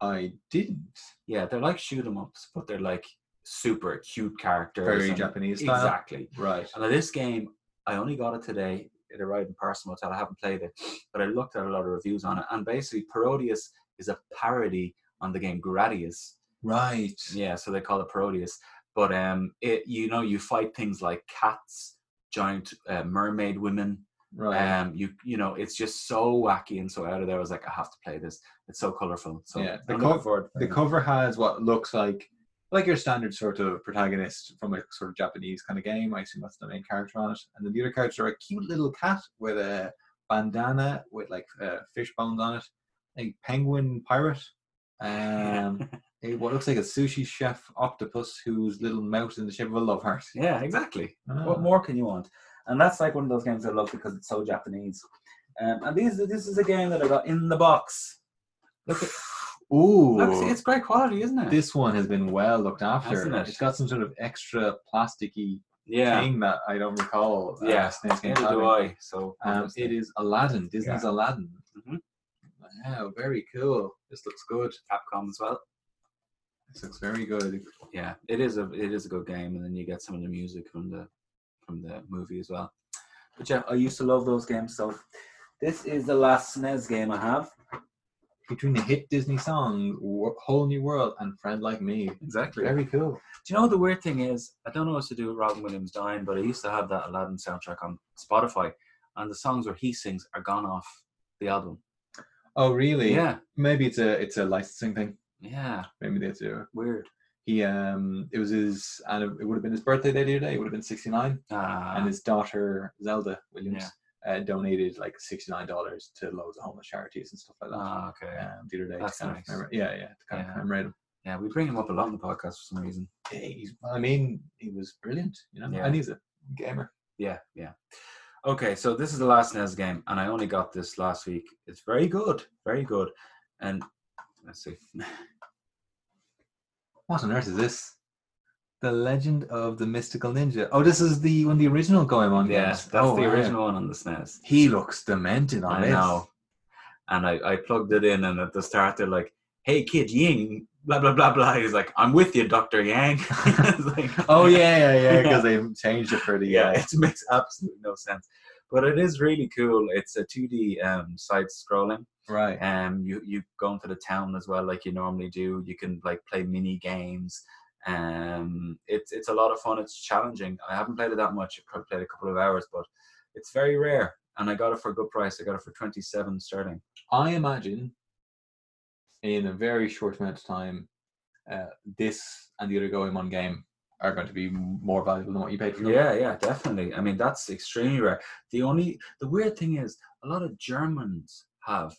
not. I didn't. Yeah, they're like shoot 'em ups, but they're like super cute characters. Very and- Japanese style. Exactly. Right. And now this game, I only got it today. It arrived in Parson Hotel. I haven't played it, but I looked at a lot of reviews on it. And basically, Parodius is a parody on the game Gradius. Right. Yeah, so they call it Parodius. But um, it you know you fight things like cats, giant uh, mermaid women. Right. Um, you you know it's just so wacky and so out of there. I was like, I have to play this. It's so colorful. So Yeah, the I'm co- looking forward. to the playing it. cover has what looks like like your standard sort of protagonist from a sort of Japanese kind of game. I assume that's the main character on it. And then the other characters are a cute little cat with a bandana with like uh, fish bones on it, a penguin pirate, [LAUGHS] um, a, what looks like a sushi chef octopus whose little mouth in the shape of a love heart. yeah, exactly. What Ah. more can you want? And that's like one of those games I love because it's so Japanese. Um, and these this is a game that I got in the box. Look, at, Ooh, look, see, it's great quality, isn't it? this one has been well looked after. Hasn't it? has got some sort of extra plasticky yeah, thing that I don't recall. uh, Yeah, SNES games neither do having. I. So Um, obviously. it is Aladdin, Disney's Aladdin. Mhm. Wow, very cool. This looks good. Capcom as well. This looks very good. Yeah, it is a it is a good game, and then you get some of the music from the from the movie as well. But yeah, I used to love those games. So this is the last SNES game I have. Between the hit Disney song Wo- "Whole New World" and "Friend Like Me," Exactly. Do very cool. you know what the weird thing is? I don't know what to do with Robin Williams dying, but I used to have that Aladdin soundtrack on Spotify, and the songs where he sings are gone off the album. Oh, really? Yeah, Maybe it's a it's a licensing thing. yeah, Maybe they do. it. weird. He um, it was his and it would have been his birthday day the other day. It would have been sixty nine, Ah, and his daughter Zelda Williams uh, donated like sixty nine dollars to loads of homeless charities and stuff like that. ah, okay. Yeah. um, the other day, to That's kind of nice. commemorate- yeah, yeah, to kind Yeah. of commemorate him. we bring him up a lot in the podcast for some reason. he's, I mean, he was brilliant, you know, Yeah. and he's a gamer. Yeah, yeah. Okay, so this is the last NES game, and I only got this last week. It's very good, very good. And let's [LAUGHS] see. What on earth is this? The Legend of the Mystical Ninja. Oh, this is the when the original Goemon. Yes, games. that's Oh, the wow. original one on the SNES. He looks demented on I this. know. And I, I plugged it in, and at the start, they're like, hey, kid Ying, blah, blah, blah, blah. He's like, I'm with you, Dr. Yang. [LAUGHS] It's like- [LAUGHS] Oh yeah, yeah, [LAUGHS] yeah, because they changed it for the yeah, uh, it makes absolutely no sense. But it is really cool. It's a 2D um, side scrolling. right. um you you go into the town as well like you normally do you can like play mini games um it's it's a lot of fun it's challenging i haven't played it that much i probably played a couple of hours but it's very rare and i got it for a good price i got it for 27 sterling I imagine in a very short amount of time, uh, this and the other Goemon game are going to be more valuable than what you paid for them. yeah yeah definitely i mean that's extremely rare the only the weird thing is a lot of germans have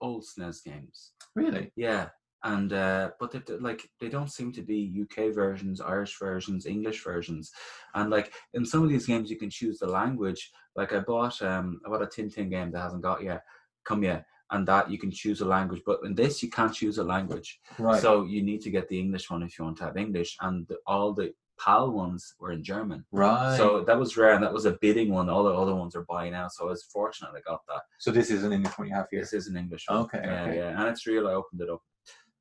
old snes games really. Yeah, and uh, but they, they- like they don't seem to be UK versions, Irish versions, English versions, and like in some of these games you can choose the language. Like I bought um I bought a Tin Tin game that hasn't got yet, come yet, and that you can choose a language. But in this you can't choose a language, Right. so you need to get the English one if you want to have English, and the, all the PAL ones were in German. right. So that was rare, and that was a bidding one. All the other ones are buying now, so I was fortunate I got that. So this isn't in the one you have here. This is an English one. Okay, Yeah, okay. yeah, and it's real. I opened it up,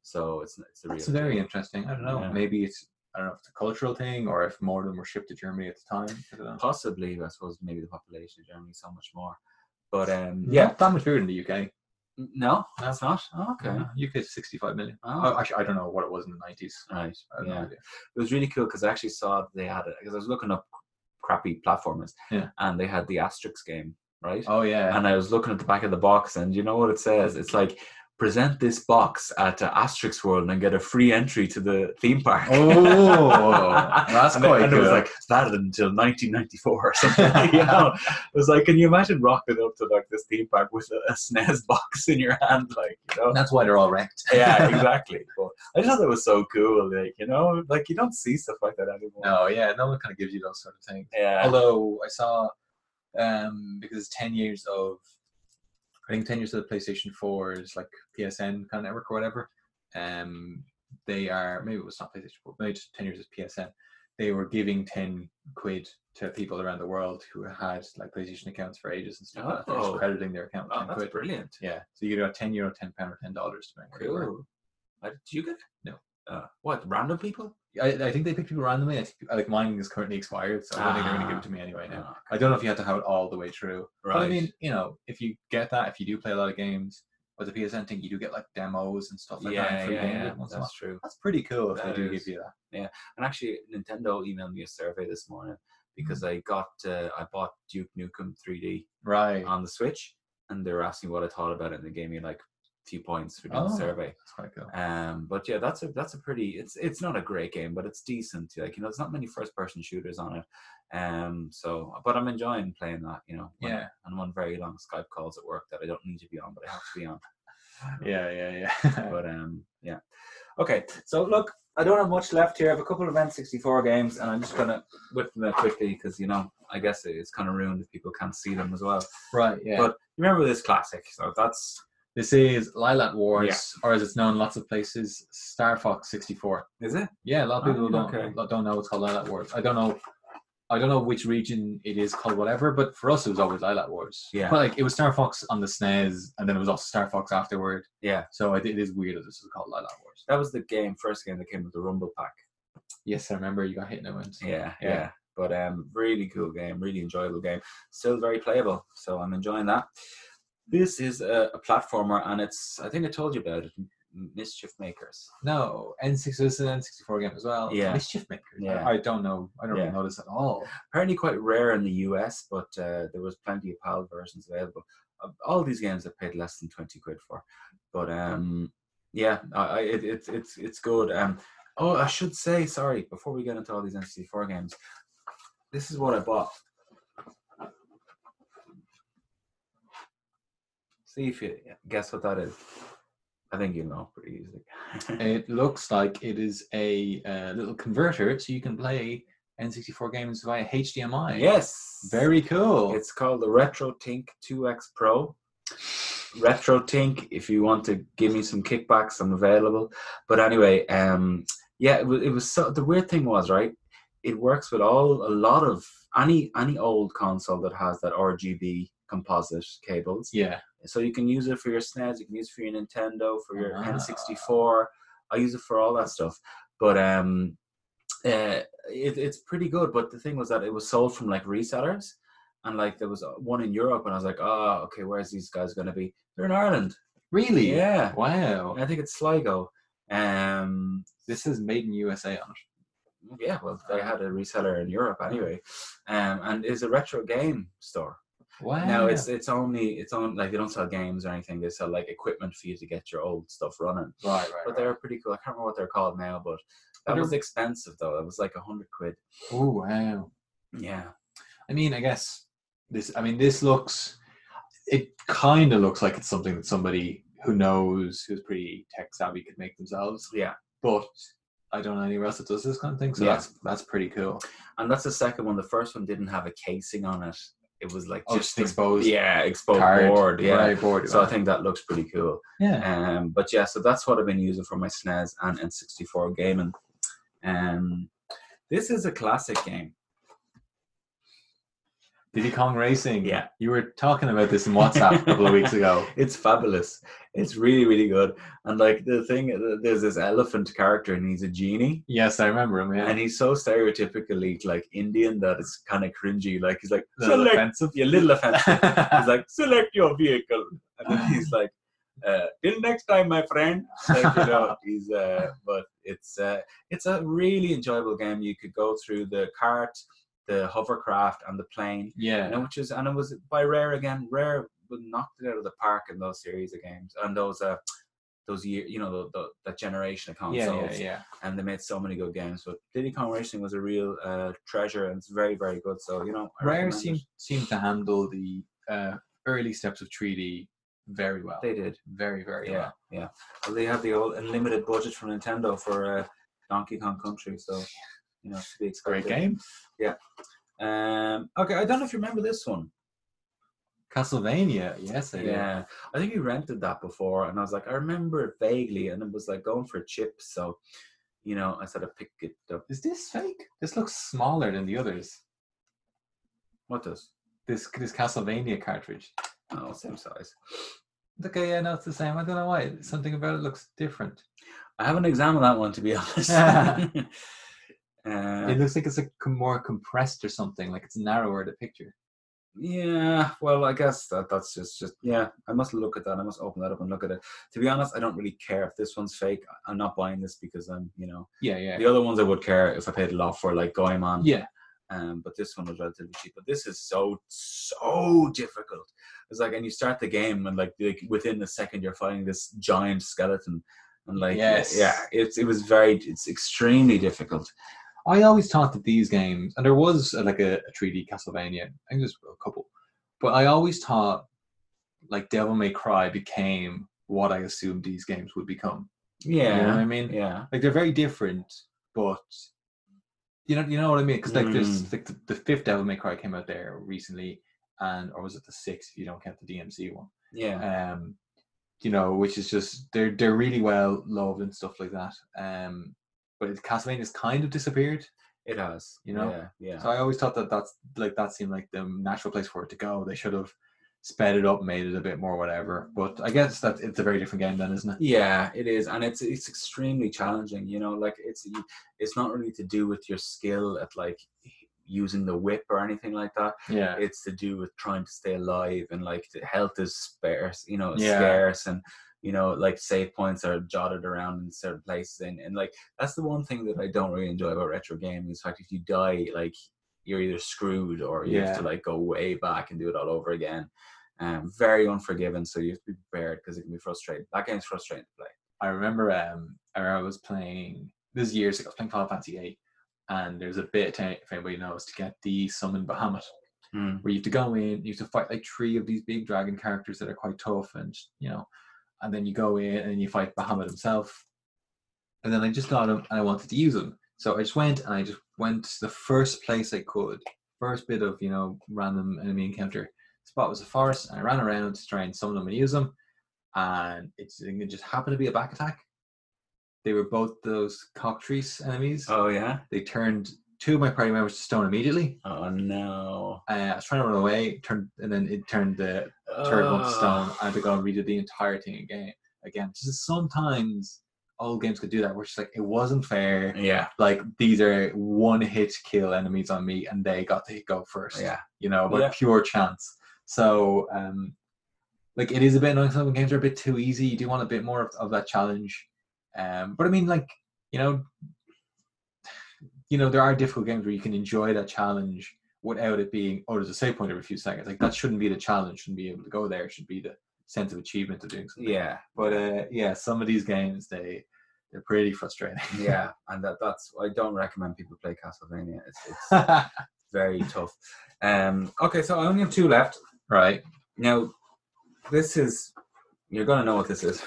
so it's it's a real. That's very interesting. I don't know. Yeah. Maybe it's I don't know if it's a cultural thing or if more of them were shipped to Germany at the time. I don't know. possibly. I suppose maybe the population of Germany is so much more, but um, Not yeah, that much bigger than the UK. N- no, No. it's not. Oh, okay, Yeah, UK is 65 million. oh, Oh, actually, I don't know what it was in the 90s. right, I have no yeah. idea. It was really cool because I actually saw they had it because I was looking up crappy platformers, Yeah. and they had the Asterix game, right? Oh yeah. And I was looking at the back of the box, and you know what it says? It's like present this box at uh, Asterix World and get a free entry to the theme park. [LAUGHS] Oh, that's and, it- quite and it was cool. like started until 1994 or something. Like, [LAUGHS] you know, [LAUGHS] it was like, can you imagine rocking up to like this theme park with a, a SNES box in your hand, [LAUGHS] like you know? that's why they're all wrecked. yeah, exactly. But I just thought that was so cool, like you know, like you don't see stuff like that anymore. No, Oh, yeah, no one kind of gives you those sort of things. Yeah. Although I saw, um, because it's ten years of, I think ten years of the PlayStation 4's like PSN kind of network or whatever. Um, they are maybe it was not PlayStation 4, maybe just ten years of PSN. They were giving ten quid to people around the world who had like PlayStation accounts for ages and stuff. like that. They're just Oh. crediting their account with Oh, ten that's quid. brilliant. Yeah, so you got ten euro, ten pound, or ten dollars depending where you were. Cool. Uh, did you get it? No. Uh, what random people? I, I think they pick people randomly. I think, like mine is currently expired, so I don't think they're going to give it to me anyway. Now Ah, I don't know if you had to have it all the way through. right. But I mean, you know, if you get that, if you do play a lot of games with the PSN thing, you do get like demos and stuff like that. yeah, free yeah, games yeah, every once in a while. that's true. That's pretty cool if That they do is. give you that. And actually, Nintendo emailed me a survey this morning because Mm-hmm. I got uh, I bought Duke Nukem 3D Right. on the Switch, and they were asking what I thought about it, and they gave me like a few points for doing the Oh. survey. That's quite [LAUGHS] cool. Um, but yeah, that's a that's a pretty. It's it's not a great game, but it's decent. Like you know, there's not many first person shooters on it. Um, so but I'm enjoying playing that. You know, when- Yeah. I'm on very long Skype calls at work that I don't need to be on, but I have to be on. Yeah, yeah, yeah. But um, yeah. Okay, so look, I don't have much left here. I have a couple of N64 games, and I'm just gonna whip them out quickly because you know, I guess it- it's kind of ruined if people can't see them as well. [LAUGHS] right, yeah. But remember this classic. So that's this is Lilac Wars, or as it's known in lots of places, Star Fox 64. is it? Yeah, a lot of people Ah, don't okay. lo- don't know it's called Lilac Wars. I don't know. I don't know which region it is called whatever, but for us it was always Lilac Wars. Yeah. But like it was Star Fox on the SNES, and then it was also Star Fox afterward. Yeah. So it, it is weird that this was called Lilac Wars. That was the game, first game that came with the Rumble Pack. Yes, I remember you got hit in the wind. Yeah, Yeah. yeah. But um, really cool game, really enjoyable game. Still very playable, so I'm enjoying that. This is a, a platformer, and it's I think I told you about it. M- Mischief Makers. No, N6 so this is an N64 game as well. Yeah. Mischief Maker. Yeah. I, I don't know. I don't Yeah. really know this at [LAUGHS] all. apparently quite rare in the US, but uh, there was plenty of PAL versions available. Uh, All these games I paid less than twenty quid for, but um, yeah, I, I, it, it's it's it's good. Um, oh, I should say sorry before we get into all these N64 games. This is what I bought. See if you guess what that is. I think you know pretty easily. It looks like it is a uh, little converter, so you can play N64 games via HDMI. yes, Very cool. It's called the RetroTink 2X Pro. RetroTink, if you want to give me some kickbacks, I'm available. But anyway, um, yeah, it was, it was so the weird thing was right. It works with all a lot of any any old console that has that RGB composite cables. yeah. So you can use it for your SNES, you can use it for your Nintendo, for your Wow. N64. I use it for all that stuff. But um, uh, it, it's pretty good. But the thing was that it was sold from like resellers, and like there was uh, one in Europe, and I was like, oh, okay, where's these guys going to be? They're in Ireland. Really? Yeah, Wow. I think it's Sligo. Um, This is made in USA on it. yeah, well, they had a reseller in Europe anyway, um, and it's a retro game store. Wow. No, it's it's only it's on like they don't sell games or anything. They sell like equipment for you to get your old stuff running. right, right. But they're pretty cool. I can't remember what they're called now, but But that they're- was expensive though. It was like a hundred quid. Oh wow. Yeah. I mean, I guess this. I mean, this looks. It kind of looks like it's something that somebody who knows, who's pretty tech savvy, could make themselves. Yeah. But I don't know anywhere else that does this kind of thing. So Yeah. that's that's pretty cool. And that's the second one. The first one didn't have a casing on it. It was like Oh, just just exposed. yeah, exposed card, board. Yeah. right, board, So I right. think that looks pretty cool. yeah. Um, but yeah, so that's what I've been using for my SNES and N64 gaming. Um, this is a classic game. Diddy Kong Racing. Yeah. You were talking about this in WhatsApp a couple of weeks [LAUGHS] ago. It's fabulous. It's really, really good. And like the thing, uh, there's this elephant character, and he's a genie. Yes, I remember him. Yeah. And he's so stereotypically like Indian that it's kind of cringy. Like he's like, Little select offensive. your little offensive. [LAUGHS] he's [LAUGHS] like, select your vehicle. And then he's like, uh, till next time, my friend. Like, you know, he's, uh, but it's uh, it's a really enjoyable game. You could go through the cart, the hovercraft, and the plane. yeah. You know, which is and it was by Rare again. Rare would knocked it out of the park in those series of games and those uh, those year, you know, the, the, that generation of yeah, consoles, yeah, yeah. and they made so many good games. But Diddy Kong Racing was a real uh, treasure, and it's very, very good. So you know, I Rare recommend it. seemed seemed to handle the uh, early steps of 3D very well. they did. very, very Yeah, well. yeah. Well, they have the old unlimited budget from Nintendo for uh, Donkey Kong Country, so you know, to be Great expected. game. Um, okay, I don't know if you remember this one. Castlevania. Yes, I yeah. Yeah, I think we rented that before, and I was like, I remember it vaguely, and it was like going for chips. So, you know, I sort of picked it up. Is this fake? This looks smaller than the others. What does? This this Castlevania cartridge. Oh, same size. Okay, yeah, no, it's the same. I don't know why. Something about it looks different. I haven't examined that one to be [LAUGHS] [LAUGHS] honest. Uh, It looks like it's a com- more compressed or something. Like it's narrower the picture. Yeah, well, I guess that that's just just yeah. I must look at that. I must open that up and look at it. To be honest, I don't really care if this one's fake. I- I'm not buying this because I'm you know Yeah, yeah, the other ones I would care if I paid a lot for, like Goemon. yeah. Um, but this one was relatively cheap. But this is so so difficult. It's like, and you start the game, and like, like within the second, you're fighting this giant skeleton, and like, Yes. yeah, it's it was very, it's extremely difficult. I always thought that these games, and there was uh, like a, a 3D Castlevania, I think there's a couple, but I always thought like Devil May Cry became what I assumed these games would become. You know what Yeah, I mean? yeah, Like they're very different, but you know, you know what I mean? Because like Mm. there's like the, the fifth Devil May Cry came out there recently, and or was it the sixth? If you don't count the DMC one. yeah. um you know which is just they're they're really well loved and stuff like that um but it- castlevania's kind of disappeared It has, You know? yeah, yeah. so i always thought that that's like that seemed like the natural place for it to go they should have sped it up made it a bit more whatever but i guess that it's a very different game then isn't it Yeah, it is, and it's it's extremely challenging. You know, like it's you- it's not really to do with your skill at like using the whip or anything like that. yeah It's to do with trying to stay alive and like the health is sparse. You know, it's Yeah. scarce, and you know, like save points are jotted around in certain places, and, and like that's the one thing that I don't really enjoy about retro gaming. Is the fact if you die, like you're either screwed or you have to like go way back and do it all over again. Um, very unforgiving, so you have to be prepared because it can be frustrating. That game's frustrating to play. i remember um i remember I was playing this is years ago i was playing final fantasy 8 and there's a bit if anybody knows to get the summon bahamut Mm. where you have to go in, you have to fight like three of these big dragon characters that are quite tough, and you know, and then you go in and you fight Bahamut himself. And then I just got him, and I wanted to use him, so I just went and I just went to the first place I could, first bit of you know random enemy encounter. Spot was a forest, and I ran around to try and summon them and use them, and it's, it just happened to be a back attack. They were both those cockatrice enemies. Oh yeah. They turned two of my party members to stone immediately Oh no. uh, I was trying to run away, turned, and then it turned the turd one to stone. I had to go and redo the entire thing again. Again, just sometimes old games could do that. We're just like, it wasn't fair. Yeah, Like these are one hit kill enemies on me, and they got to go first. yeah, you know, by Yeah. pure chance. So, um, like, it is a bit annoying. Some games are a bit too easy. You do want a bit more of, of that challenge. Um, but I mean, like, you know, you know, there are difficult games where you can enjoy that challenge without it being, oh, there's a save point every few seconds. Like, that shouldn't be the challenge. Shouldn't be able to go there. It should be the sense of achievement of doing something. yeah, But uh, yeah, some of these games they they're pretty frustrating. [LAUGHS] yeah. And that, that's I don't recommend people play Castlevania. It's, it's [LAUGHS] right. very tough. Um. Okay, so I only have two left now. This is you're gonna know what this is.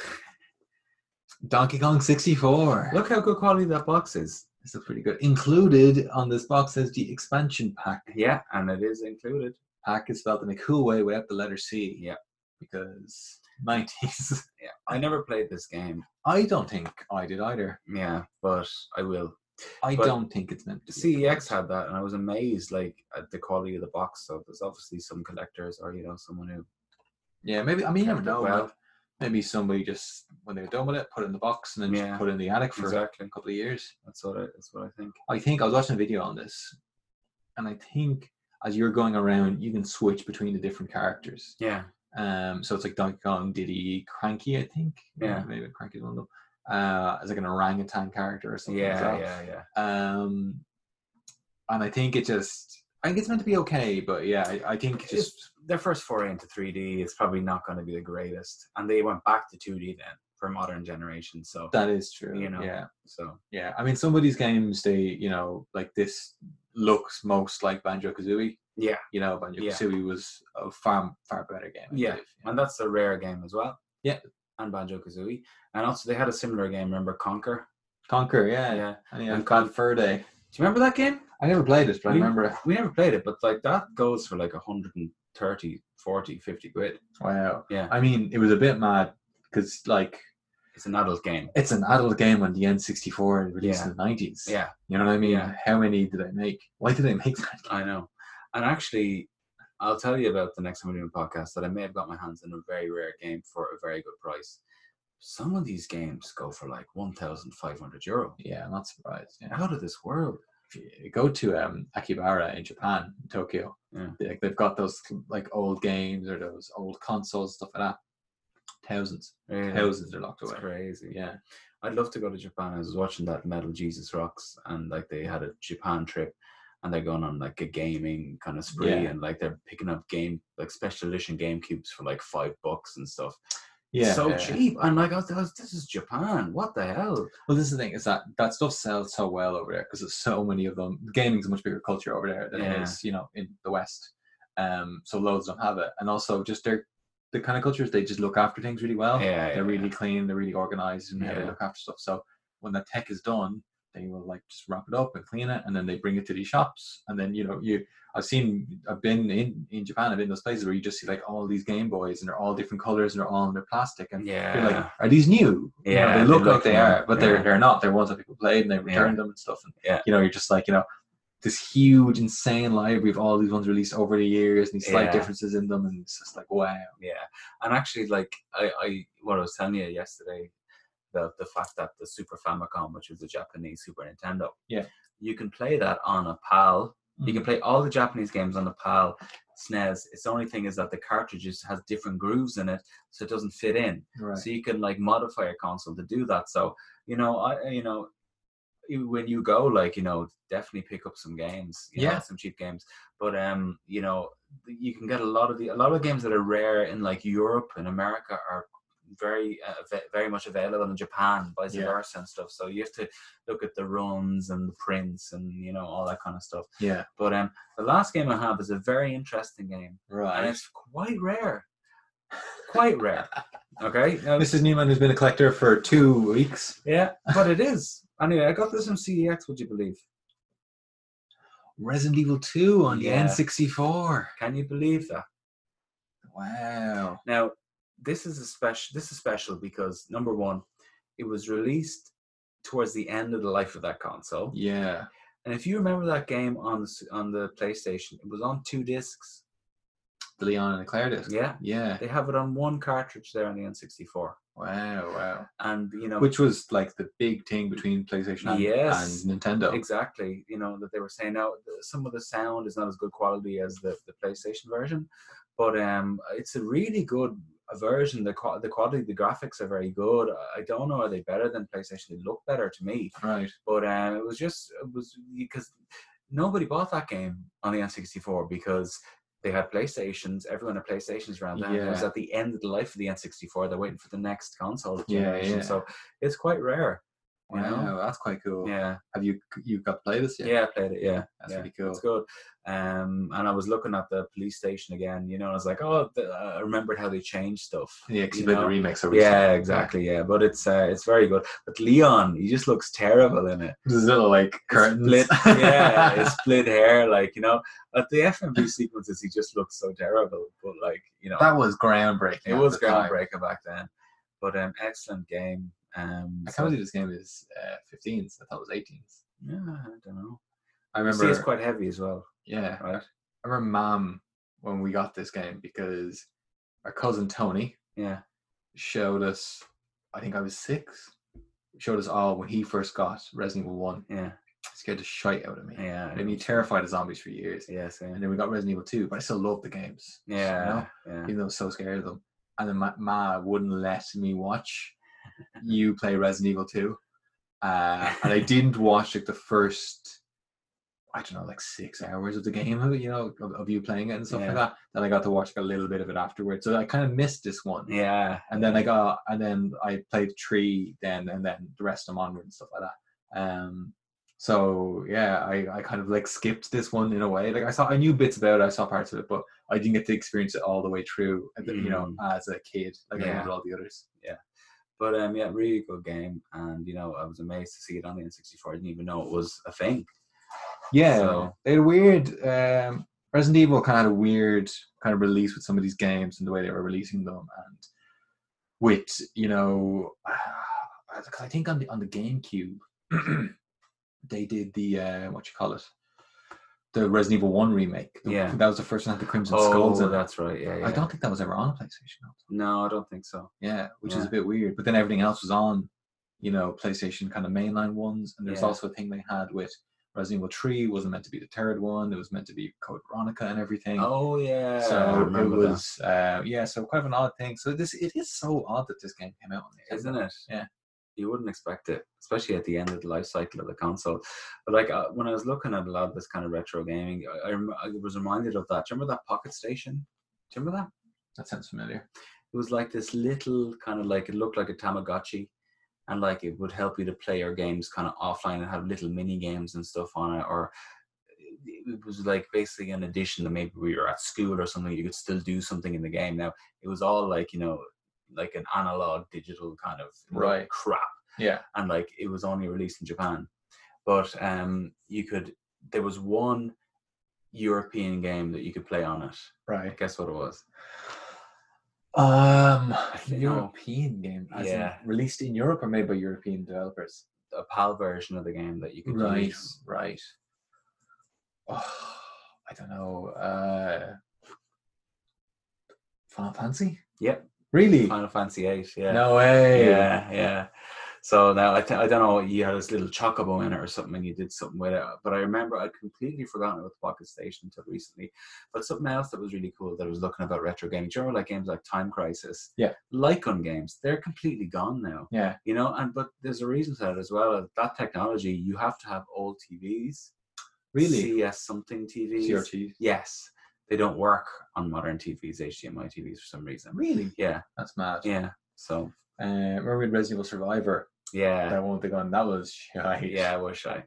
[LAUGHS] Donkey Kong 64. Look how good quality that box is. This looks pretty good. Included on this box is the expansion pack. Yeah, and it is included. Pack is spelled in a cool way without the letter C. Yeah. Because 90s. Yeah, I never played this game. I don't think I did either. Yeah, but I will. I But E don't think it's meant to be. CEX had that, and I was amazed like at the quality of the box. So there's obviously some collectors, or you know, someone who Yeah, maybe. I mean, you never Kept it know. well. like, Maybe somebody just, when they were done with it, put it in the box and then Yeah. just put it in the attic for exactly. a couple of years. That's what I, that's what I think. I think I was watching a video on this, and I think as you're going around, you can switch between the different characters. Yeah. Um, so it's like Donkey Kong, Diddy, Cranky, I think. Yeah. maybe Cranky's one of them. Uh, as like an orangutan character or something. as Yeah, well. yeah, yeah. Um, and I think it just, I think it's meant to be okay, but yeah, I, I think It's- just Their first foray into 3D is probably not going to be the greatest, and they went back to 2D then for modern generation. So That is true. You know. Yeah. so Yeah. I mean, some of these games, they, you know, like this looks most like Banjo Kazooie. yeah, You know, Banjo Yeah. Kazooie was a far, far better game. I Yeah. believe, and that's a rare game as well. Yeah. and Banjo Kazooie, and also they had a similar game. Remember Conquer? Conquer, yeah. Yeah. And, yeah, And Cod Con- Fur Day. Do you remember that game? I never played it, but I You- remember it. We never played it, but like that goes for like 130, 40, 50 quid. Wow. Yeah. I mean, it was a bit mad because, like, It's an adult game. it's an adult game on the N64 released in the 90s. Yeah, You know what I mean? Yeah. How many did they make? Why did they [LAUGHS] make that? I know. And actually, I'll tell you about the next time we do a podcast that I may have got my hands on a very rare game for a very good price. Some of these games go for like 1,500 euro. Yeah, I'm not surprised. Yeah. Out of this world. If you go to um, Akibara in Japan, in Tokyo. Yeah. they- Like they've got those like old games or those old consoles stuff like that. Thousands, Really. thousands are locked It's away. crazy. Yeah, I'd love to go to Japan. I was watching that Metal Jesus Rocks, and like they had a Japan trip, and they're going on like a gaming kind of spree, Yeah. and like they're picking up game like special edition GameCubes for like five bucks and stuff. yeah. so yeah. cheap. I'm like, I was, I was- this is Japan. What the hell? Well, this is the thing is that that stuff sells so well over there because there's so many of them. Gaming's a much bigger culture over there than it Yeah. is, you know, in the West. Um, so loads don't have it, and also just they're the kind of cultures they just look after things really well. yeah, they're really clean, they're really organized, and how they Yeah. look after stuff. So when the tech is done, they will like just wrap it up and clean it, and then they bring it to these shops. And then you know, you I've seen, I've been in in Japan, I've been those places where you just see like all these Game Boys, and they're all different colors, and they're all in their plastic, and yeah. you're like, are these new? You know, Yeah, they they look look like they new, are, but they're yeah. they're not. They're ones that people played and they returned them and stuff. And Yeah. you know, you're just like, you know, this huge, insane library of all these ones released over the years and these slight Yeah. differences in them, and it's just like, wow. yeah. And actually, like I, I, what I was telling you yesterday about the fact that the Super Famicom, which was the Japanese Super Nintendo, Yeah. Mm. you can play that on a PAL. You can play all the Japanese games on the PAL SNES. E Its only thing is that the cartridges has different grooves in it, so it doesn't fit in. right. So you can like modify your console to do that. So you know, I you know, you- when you go, like you know, definitely pick up some games. You Yeah. know, some cheap games. But um, you know, you can get a lot of the a lot of games that are rare in like Europe and America are very uh, ve- very much available in Japan, vice Yeah. versa and stuff. So you have to look at the runs and the prints and you know all that kind of stuff. yeah, But um, the last game I have is a very interesting game, and right. it's quite rare. Quite rare. Okay. Now, Mrs. Newman has been a collector for two weeks. yeah, but it is. Anyway, I got this from CEX. Would you believe? Resident Evil 2 on Yeah. the N64. Can you believe that? Wow. Now, this is a special. This is special because number one, it was released towards the end of the life of that console, Yeah. and if you remember that game on the, s- on the PlayStation, it was on two discs. The Leon and the Claire disc. Yeah, Yeah. they have it on one cartridge there on the N64, Wow, wow. and you know Which was like the big thing between PlayStation and, Yes. and Nintendo. Exactly. You know, that they were saying now th- some of the sound is not as good quality as the, the PlayStation version, but um, it's a really good version. The, qua the quality, the graphics are very good. I- I don't know, are they better than PlayStation? They look better to me, Right. but um, it was just, it was because nobody bought that game on the N64 because. They had PlayStations. Everyone had PlayStations around then. It was Yeah. at the end of the life of the N64. They're waiting for the next console Yeah, generation, yeah. so it's quite rare. You know? Wow, that's quite cool. Yeah, Have you you got to play this yet? yeah, I played it. Yeah, That's yeah. really cool. It's good. Um, and I was looking at the police station again, you know, and I was like, oh, th- I remembered how they changed stuff. Yeah, 'cause you you played know? the remix over Yeah, exactly. Yeah, but it's uh, it's very good. But Leon, he just looks terrible in it. There's little like curtains. [LAUGHS] Split, yeah, his split hair, like you know, at the [LAUGHS] FMV sequences, he just looks so terrible. But like you know, that was groundbreaking. it at was the time. groundbreaking back then. But um, excellent game. Um, I so- can't believe this game is uh, 15s. I thought it was 18s. yeah, I don't know. I You see, remember. it's quite heavy as well, yeah, right? I remember mom when we got this game because our cousin Tony Yeah, showed us. I think I was six. Showed us all when he first got Resident Evil One. yeah, It scared the shite out of me. yeah. I mean, terrified of zombies for years. yeah, same. And then we got Resident Evil Two, but I still loved the games. you Yeah, know, yeah. even though I was so scared of them. And then my ma wouldn't let me watch you [LAUGHS] play Resident Evil Two, uh, and I didn't watch like the first. I don't know, like six hours of the game, you know, of, of you playing it and stuff Yeah. like that. Then I got to watch like, a little bit of it afterwards. So I kind of missed this one. Yeah. And then I got, and then I played three, then and then the rest of them onward and stuff like that. Um, so yeah, I, I kind of like skipped this one in a way. Like I saw, I knew bits about it, I saw parts of it, but I didn't get to experience it all the way through. uh, You know, as a kid, like I Yeah. did with all the others. But um, yeah, really good game, and you know, I was amazed to see it on the N64. I didn't even know it was a thing. Yeah, So- they had a weird. Um, Resident Evil kind of had a weird kind of release with some of these games and the way they were releasing them, and with you know, [SIGHS] because I think on the on the GameCube [CLEARS THROAT] they did the uh, what you call it, the Resident Evil One remake. The- Yeah. that was the first one that had the Crimson Skulls. oh, in it. that's right. Yeah, yeah. I don't think that was ever on PlayStation. No, I don't think so. Yeah, which is Yeah. a bit weird. But then everything else was on, you know, PlayStation kind of mainline ones. And there's Yeah. also a thing they had with Resident Evil 3 wasn't meant to be the third one. It was meant to be Code Veronica and everything. Oh yeah. I so it remember that. was, uh, yeah, so quite of an odd thing. So this it is so odd that this game came out. on the isn't it? Yeah. You wouldn't expect it, especially at the end of the life cycle of the console. But like uh, when I was looking at a lot of this kind of retro gaming, I, I, rem- I was reminded of that. Do you remember that Pocket Station? Do you remember that? That sounds familiar. It was like this little kind of like it looked like a Tamagotchi, and like it would help you to play your games kind of offline and have little mini games and stuff on it. Or it was like basically an addition that maybe we were at school or something. You could still do something in the game. Now it was all like you know like an analog digital kind of Right. crap Yeah. and like it was only released in Japan. But um, you could there was one European game that you could play on it. Right. Guess what it was? Um don't know. European game. As Yeah. in released in Europe or made by European developers. A PAL version of the game that you could Right, use. right. [SIGHS] Oh, I don't know. Uh, Final Fantasy? Yep. Really? Final Fantasy Eight. Yeah. No way. Yeah, yeah. So now I, th- I don't know. You had this little chocobo in it or something, and you did something with it. But I remember I'd completely forgotten about the Pocket Station until recently. But something else that was really cool that I was looking about retro gaming. Do you remember like games like Time Crisis? Yeah. Lycon games. They're completely gone now. Yeah. you know and but there's a reason for that as well that technology you have to have old tvs Really? cs something tvs CRT. yes they don't work on modern tvs hdmi tvs for some reason Really? yeah That's mad. yeah so Uh, remember in Resident Evil Survivor? yeah That one with the gun. That was [LAUGHS] shite. yeah i wish [LAUGHS] i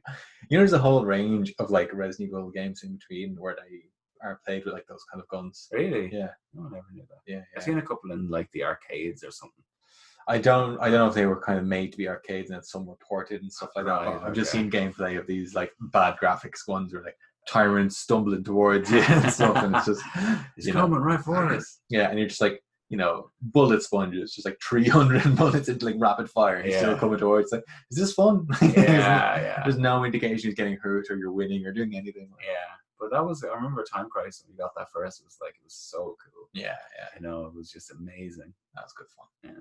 You know, there's a whole range of like Resident Evil games in between where they are played with like those kind of guns. really Yeah. no, i never knew that Yeah. i've yeah. seen a couple in like the arcades or [LAUGHS] something I don't I don't know if they were kind of made to be arcades and some were ported and stuff like that. but Right, I've just okay. seen gameplay of these like bad graphics ones where like tyrants stumbling towards you [LAUGHS] [LAUGHS] and stuff and it's just [GASPS] it's you know, coming right for [LAUGHS] us yeah, and you're just like, you know, bullet sponges, just like [LAUGHS] three hundred bullets into like rapid fire and still Yeah. coming towards like, is this fun? [LAUGHS] There's no- yeah yeah There's no indication you're getting hurt or you're winning or doing anything. yeah but that was i remember time crisis when we got that first it was like it was so cool Yeah, yeah, you know it was just amazing that's good fun.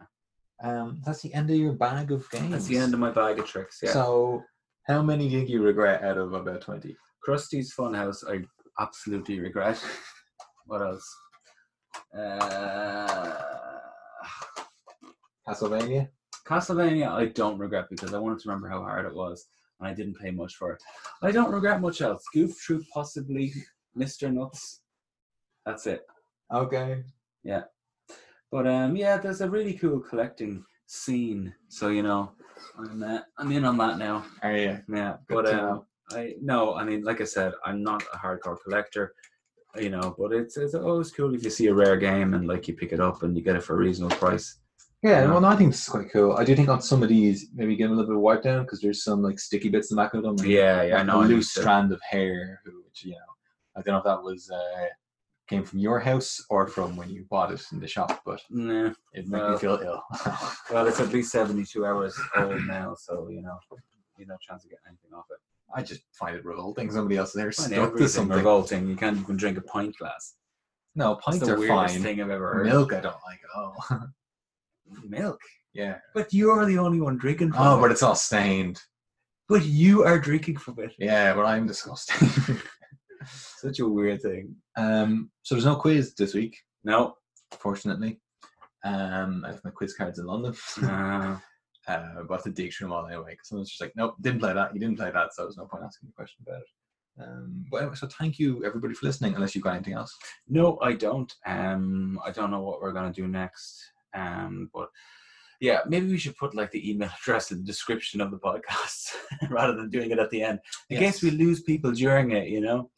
Um that's the end of your bag of games. that's the end of my bag of tricks yeah So how many did you regret out of about twenty? Krusty's Funhouse, I absolutely regret. [LAUGHS] What else? Uh, Castlevania. Castlevania, I don't regret because I wanted to remember how hard it was and I didn't pay much for it. I don't regret much else. Goof Troop, possibly Mr. Nuts. That's it. Okay. But um, yeah, there's a really cool collecting scene. So, you know, I'm, uh, I'm in on that now. Oh yeah. Yeah, Good but to um, know. I no, I mean, like I said, I'm not a hardcore collector, you know. But it's it's always cool if you see a rare game and like you pick it up and you get it for a reasonable price. Yeah, Yeah. well, no, I think this is quite cool. I do think on some of these, maybe get a little bit wiped down because there's some like sticky bits in the back of them. and, Yeah, yeah, I like, know. A I loose used to- strand of hair, who- which you know, I don't know if that was uh, came from your house or from when you bought it in the shop, but Nah. it made me Well. feel ill. [LAUGHS] Well, it's at least seventy-two hours old now, so you know, you no chance of getting anything off it. I just find it revolting. Somebody else there Find stuck to everything something. revolting. You can't even drink a pint glass. no, That's pints the are weirdest fine. thing I've ever heard. Milk, I don't like. Oh, Milk. [LAUGHS] [LAUGHS] yeah. But you are the only one drinking. From Oh, it. but it's all stained. but you are drinking from it. Yeah, but I'm disgusting. [LAUGHS] Such a weird thing. Um, so there's no quiz this week, No. fortunately. Um, I left my quiz cards in London. [LAUGHS] Uh, uh, but I had to dig through them all anyway because someone's just like, nope, didn't play that. You didn't play that, so there's no point asking the question about it. Um, but anyway, so thank you everybody for listening. Unless you've got anything else. No, I don't. Um, I don't know what we're gonna do next. Um, but yeah, maybe we should put like the email [LAUGHS] address in the description of the podcast [LAUGHS] rather than doing it at the end. In Yes. case we lose people during it, you know.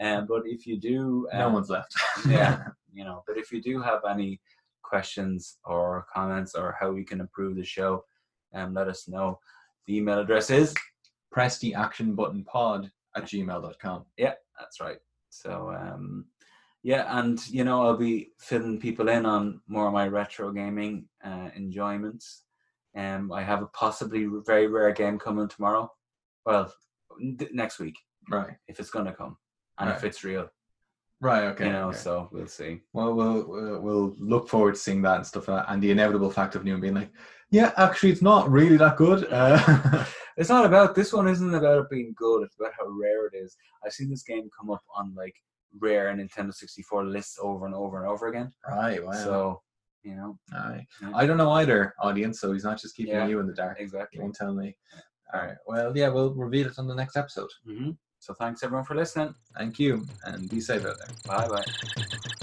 Um, but if you do, um, No one's left. yeah, you know. But if you do have any questions or comments or how we can improve the show, um, let us know. The email address is [LAUGHS] Press the action button pod at gmail.com. That's right. So um, yeah, and you know I'll be filling people in on more of my retro gaming uh, enjoyments. Um, I have a possibly r- very rare game coming tomorrow. Well, d- next week Right. if it's gonna come and if Right. it's real, Right. Okay. you know. okay. So we'll see. Well, we'll we'll we'll look forward to seeing that and stuff, uh, and the inevitable fact of Newman being like, "Yeah, actually, it's not really that good." [LAUGHS] Uh, [LAUGHS] It's not about this one. Isn't about it being good. It's about how rare it is. I've seen this game come up on like rare Nintendo sixty four lists over and over and over again. right. Wow. So you know Aye. Yeah. I don't know either, audience. So he's not just keeping Yeah. you in the dark. He exactly. won't tell me. All right. Well, yeah, we'll reveal it on the next episode. Mm-hmm. hmm So thanks everyone for listening. Thank you, and be safe out there. Bye bye.